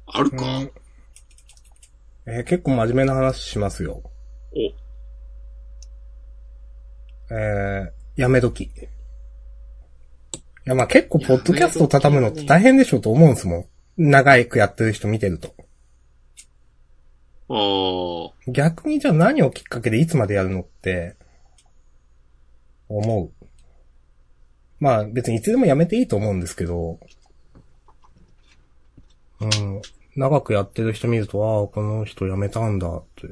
あるか、うんえー結構真面目な話しますよ。お、えー、やめ時。いや、まあ結構、ポッドキャストを畳むのって大変でしょうと思うんですもん。長くやってる人見てると。あー、逆にじゃあ何をきっかけでいつまでやるのって、思う。まあ別にいつでもやめていいと思うんですけど、うん、長くやってる人見ると、ああ、この人辞めたんだって。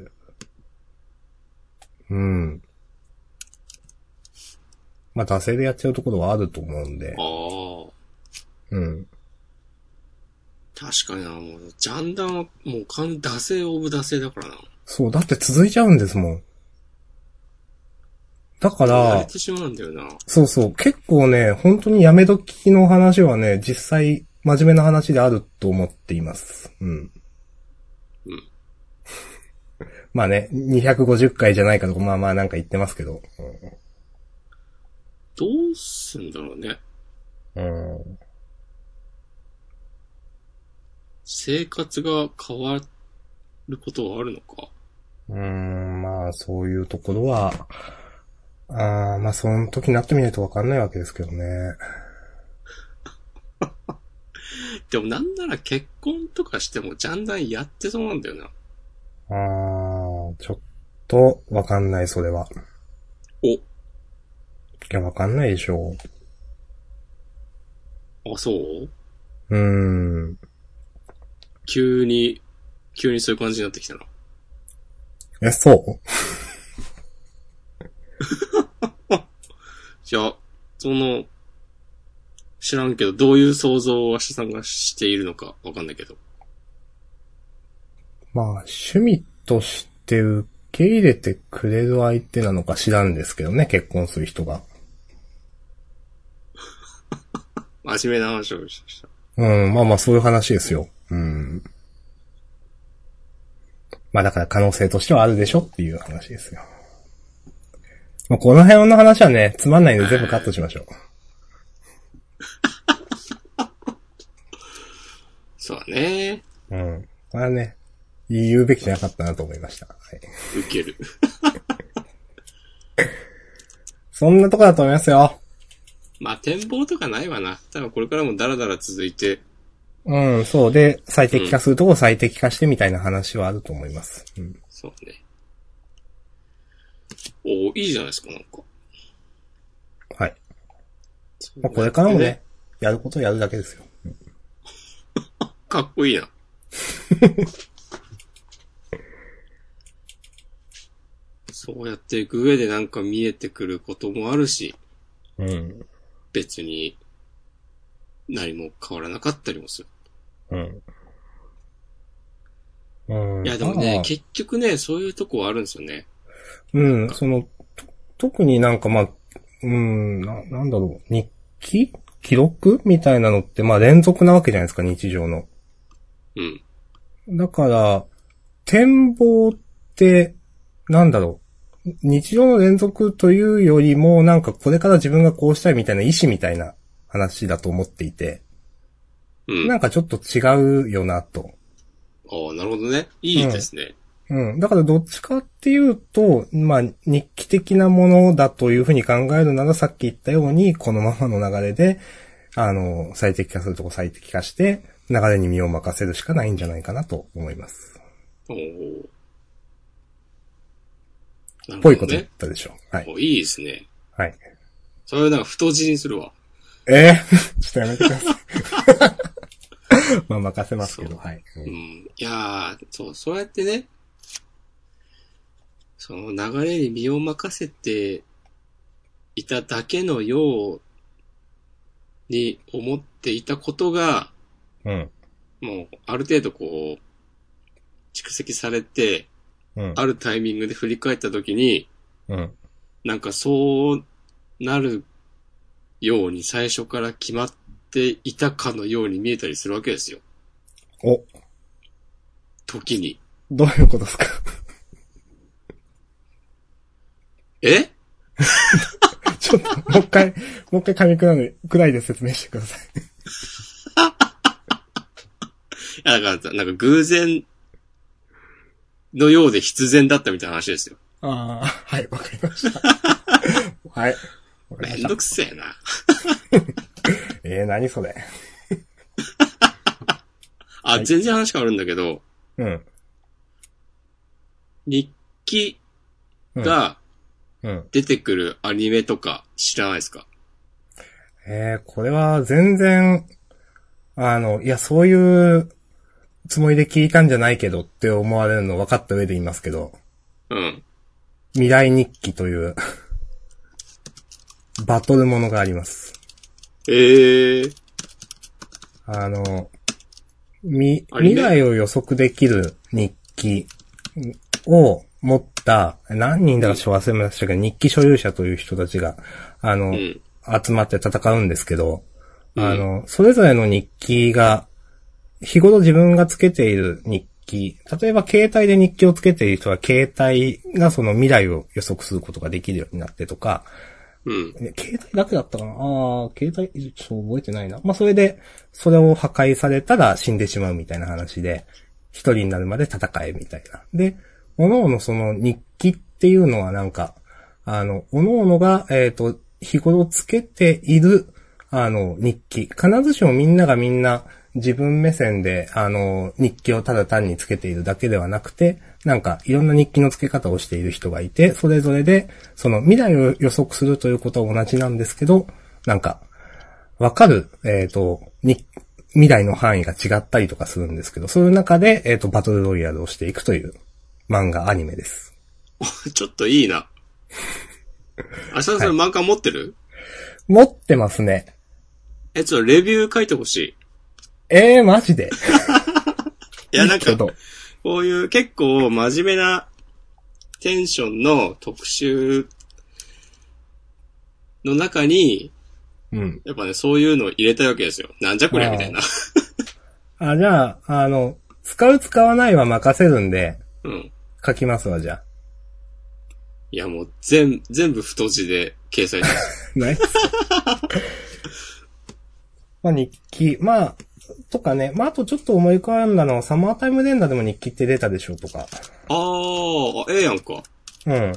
うん。まあ、惰性でやっちゃうところはあると思うんであ。ー。うん。確かにな、もう、ジャンダンはもう完、惰性オブ惰性だからな。そう、だって続いちゃうんですもん。だから慣れ、てしまうんだよな。そうそう。結構ね、本当にやめ時の話はね、実際、真面目な話であると思っています。うん。うん。まあね、250回じゃないかとか、まあまあなんか言ってますけど。どうすんだろうね。うん。うん生活が変わることはあるのか。うーん、まあそういうところは、あーまあその時になってみないとわかんないわけですけどね。でもなんなら結婚とかしてもジャンダンやってそうなんだよな。あーちょっとわかんない、それは。おいや、わかんないでしょう。あ、そううーん。急に、急にそういう感じになってきたな。え、そうじゃあ、その、知らんけど、どういう想像を明日さんがしているのかわかんないけど。まあ、趣味として受け入れてくれる相手なのか知らんですけどね、結婚する人が。真面目な話をした。うん、まあまあそういう話ですよ。うん。まあだから可能性としてはあるでしょっていう話ですよ。まあこの辺の話はね、つまんないんで全部カットしましょう。そうだね。うん。これはね、言うべきじゃなかったなと思いました。はい。ウケる。 そんなとこだと思いますよ。まあ、展望とかないわな。多分これからもダラダラ続いて、うん、そう。で、最適化するとこを最適化してみたいな話はあると思います。うん。そうね。おおいいじゃないですか、なんか。はい。まあ、これからもね。、やることやるだけですよ。かっこいい な。そうやっていく上でなんか見えてくることもあるし、うん。別に何も変わらなかったりもする。うん。うん。いやでもまねあ、結局ね、そういうとこはあるんですよね。うん、その、と特になんかまあ、うん、な、なんだろう、日記記録みたいなのって、まあ連続なわけじゃないですか、日常の。うん。だから、展望って、なんだろう。日常の連続というよりも、なんかこれから自分がこうしたいみたいな意思みたいな話だと思っていて、うん。あなんかちょっと違うよなと。あ、なるほどね。いいですね。うん。だからどっちかっていうと、まあ、日記的なものだというふうに考えるなら、さっき言ったように、このままの流れで、あの、最適化するとこ最適化して、流れに身を任せるしかないんじゃないかなと思います。おお。なるぽほいことど言っね。たでしょ。はい。おいいですね。はい。それなんか太字にするわ。え ーちょっとやめてください。 まあ、任せますけど、そうはい。うん。いやー、そう、そうやってね、その流れに身を任せていただけのように思っていたことが、うん。もう、ある程度こう、蓄積されて、うん。あるタイミングで振り返ったときに、うん。なんかそうなるように最初から決まっていたかのように見えたりするわけですよ。お、時に。どういうことですか えちょっと、もう一回、もう一回噛み砕いくらいで説明してください。いや、だから、なんか偶然のようで必然だったみたいな話ですよ。ああ、はい、わかりま した。はい。わかりまめしんたど。くせえな。えー、何それ。あ、はい全然話変わるんだけど、うん。日記がうん。出てくるアニメとか知らないですか、えー、これは全然、あの、いや、そういうつもりで聞いたんじゃないけどって思われるの分かった上で言いますけど、うん、未来日記という、 バトルものがあります。ええー、あの、み、アニ未メ来を予測できる日記を持った、何人だかちょっと忘れましたけど、日記所有者という人たちが、あの、うん、集まって戦うんですけど、うんあの、それぞれの日記が、日頃自分がつけている日記、例えば携帯で日記をつけている人は、携帯がその未来を予測することができるようになってとか、うん、 ね携帯だけだったかなああ、携帯、ちょっと覚えてないな。まあ、それで、それを破壊されたら死んでしまうみたいな話で、一人になるまで戦えみたいな。で、各々その日記っていうのはなんか、あの、各々が、えっ、と、日頃つけている、あの、日記。必ずしもみんながみんな自分目線で、あの、日記をただ単につけているだけではなくて、なんか、いろんな日記の付け方をしている人がいて、それぞれで、その未来を予測するということは同じなんですけど、なんか、わかる、えっ、と、に、未来の範囲が違ったりとかするんですけど、そういう中で、えっ、と、バトルロイヤルをしていくという漫画、アニメです。ちょっといいな。明日さんそれ漫画持ってる、持ってますね。え、ちょっとレビュー書いてほしえー、マジで。い。いや、なんけか、ど。こういう結構真面目なテンションの特集の中に、うん。やっぱね、そういうのを入れたいわけですよ。なんじゃこりゃみたいな。 あ、じゃあ、あの、使う使わないは任せるんで、うん。書きますわ、じゃあ。 いや、もう、全、全部太字で掲 載します。ないまあ日記、まあ、とかね、まあ、あとちょっと思い浮かんだのは、サマータイム連打でも日記って出たでしょとか。あー、あええやんか。うん。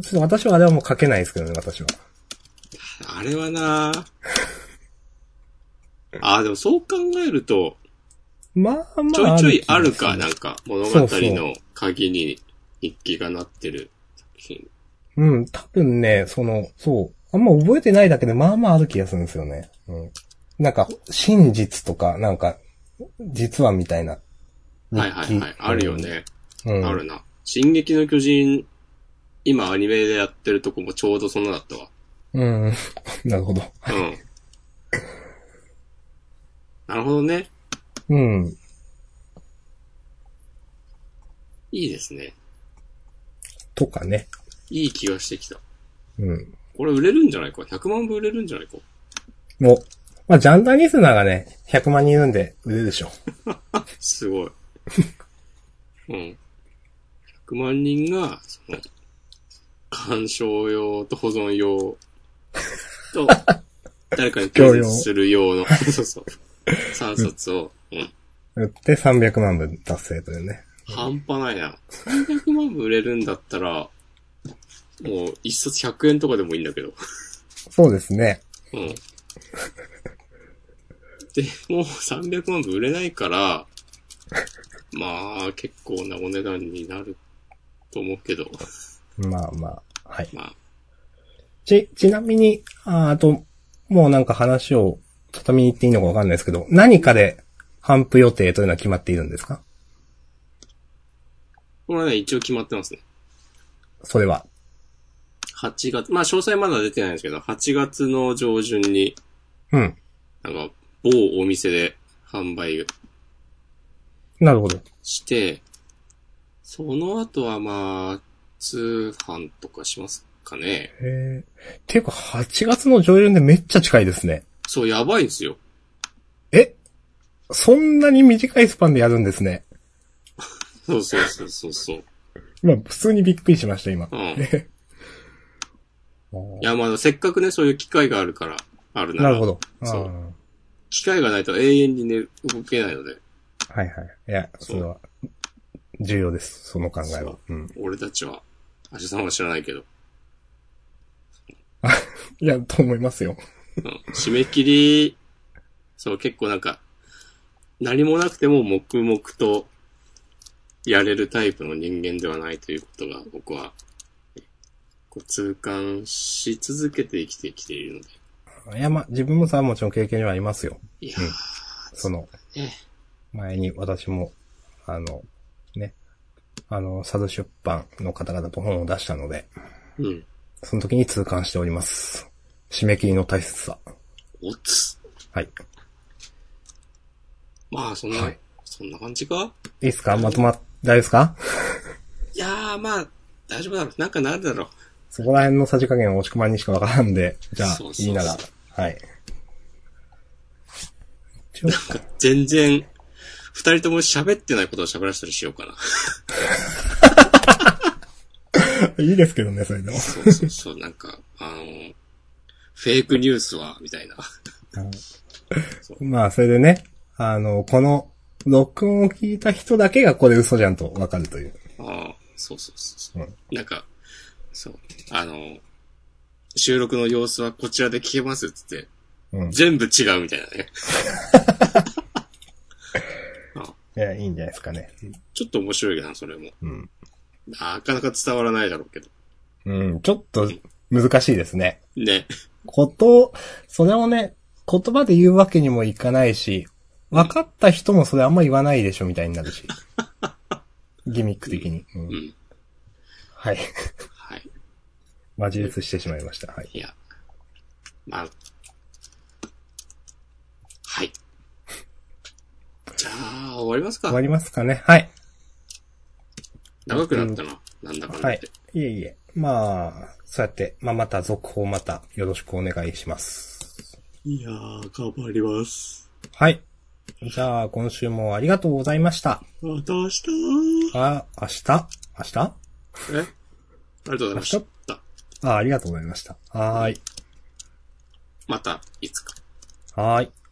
ちょっと私はあれはもう書けないですけどね、私は。あれはな ーあー、でもそう考えると、まあまあ。ちょいちょい気があするか、なんか、物語の鍵に日記がなってる作品。うん、多分ね、その、そう。あんま覚えてないだけで、まあまあある気がするんですよね。うん。なんか、真実とか、なんか、実はみたいな。はいはいはい。あるよね。うん。あるな。進撃の巨人、今アニメでやってるとこもちょうどそんなだったわ。うん。なるほど。 うん。なるほどね。うん。いいですね。とかね。いい気がしてきた。うん。これ売れるんじゃないか ?100 万部売れるんじゃないかもう、まあ、ジャンダーリスナーがね、100万人いるんで売れるでしょ。すごい。うん。100万人が、その、鑑賞用と保存用と、誰かにプレゼントする用の、そうそう。3冊を、うん。売って300万部達成というね。半端ないな。300万部売れるんだったら、もう、1冊100円とかでもいいんだけど。そうですね。うん。で、もう300万部売れないから、まあ、結構なお値段になると思うけど、まあまあ。はい。まあ、ち、ちなみに、ああと、もうなんか話を畳みに行っていいのかわかんないですけど、何かで頒布予定というのは決まっているんですかこれはね、一応決まってますね。それは。 8月、まあ詳細まだ出てないんですけど、8月の上旬に、うん。なんか、某お店で販売なるほど。して、その後はまあ、通販とかしますかね。へえ。ていうか、8月の上旬でめっちゃ近いですね。そう、やばいんですよ。えそんなに短いスパンでやるんですね。そうそうそうそうそう。今、普通にびっくりしました、今。うん。あいや、まあ、せっかくね、そういう機会があるから、あるーなら。なるほど。そうあー機会がないと永遠にね、動けないので、はいはい。いや、それは、重要です、その考えはそ。うん。俺たちは、アシさんは知らないけど、いや、と思いますよ。うん、締め切り、そう、結構なんか、何もなくても黙々と、やれるタイプの人間ではないということが、僕は、こう痛感し続けて生きてきているので。いや、まあ、自分もさ、もちろん経験にはありますよ。いやー、うんそのね、前に私も、あの、ね、あの、佐渡出版の方々と本を出したので、うん。その時に痛感しております。締め切りの大切さ。おつ。はい。まあ、そんな、はいそんな感じかいいですかまとま、大丈夫ですかいやー、まあ、大丈夫だろう。なんかなるだろう。そこら辺のさじ加減は押し込まんにしかわからんで、じゃあそうそう、そういいなら、はい。 一応なんか全然、二人とも喋ってないことを喋らせたりしようかな。いいですけどね、それでも。そうそうそう、 なんか、あの、フェイクニュースは、みたいな。まあ、それでね、あの、この、録音を聞いた人だけがこれ嘘じゃんとわかるという。ああ、そうそうそうそう、うんなんか、そう、あの、収録の様子はこちらで聞けますっつって、うん。い全部違うみたいなね。や、いいんじゃないですかね。ちょっと面白いな、それも。うん。なかなか伝わらないだろうけど。うん、ちょっと難しいですね。ね。こと、それをね、言葉で言うわけにもいかないし、分かった人もそれあんま言わないでしょみたいになる し。ギミック的に。ううんん。はい。はい。魔術してしまいました。はい。いや。まあ。はい。じゃあ、終わります終かわ。りますかねはい。長くなったな。なんだかんだはっいて。。いえいえ。まあ、そうやって、まあまた続報またよろしくお願いします。い、やー、頑張ります。はい。じゃあ、今週もありがとうございました。また明日ーあ、明日明日あえありがとうございました。ありがとうございました。はーい。また、いつか。はーい。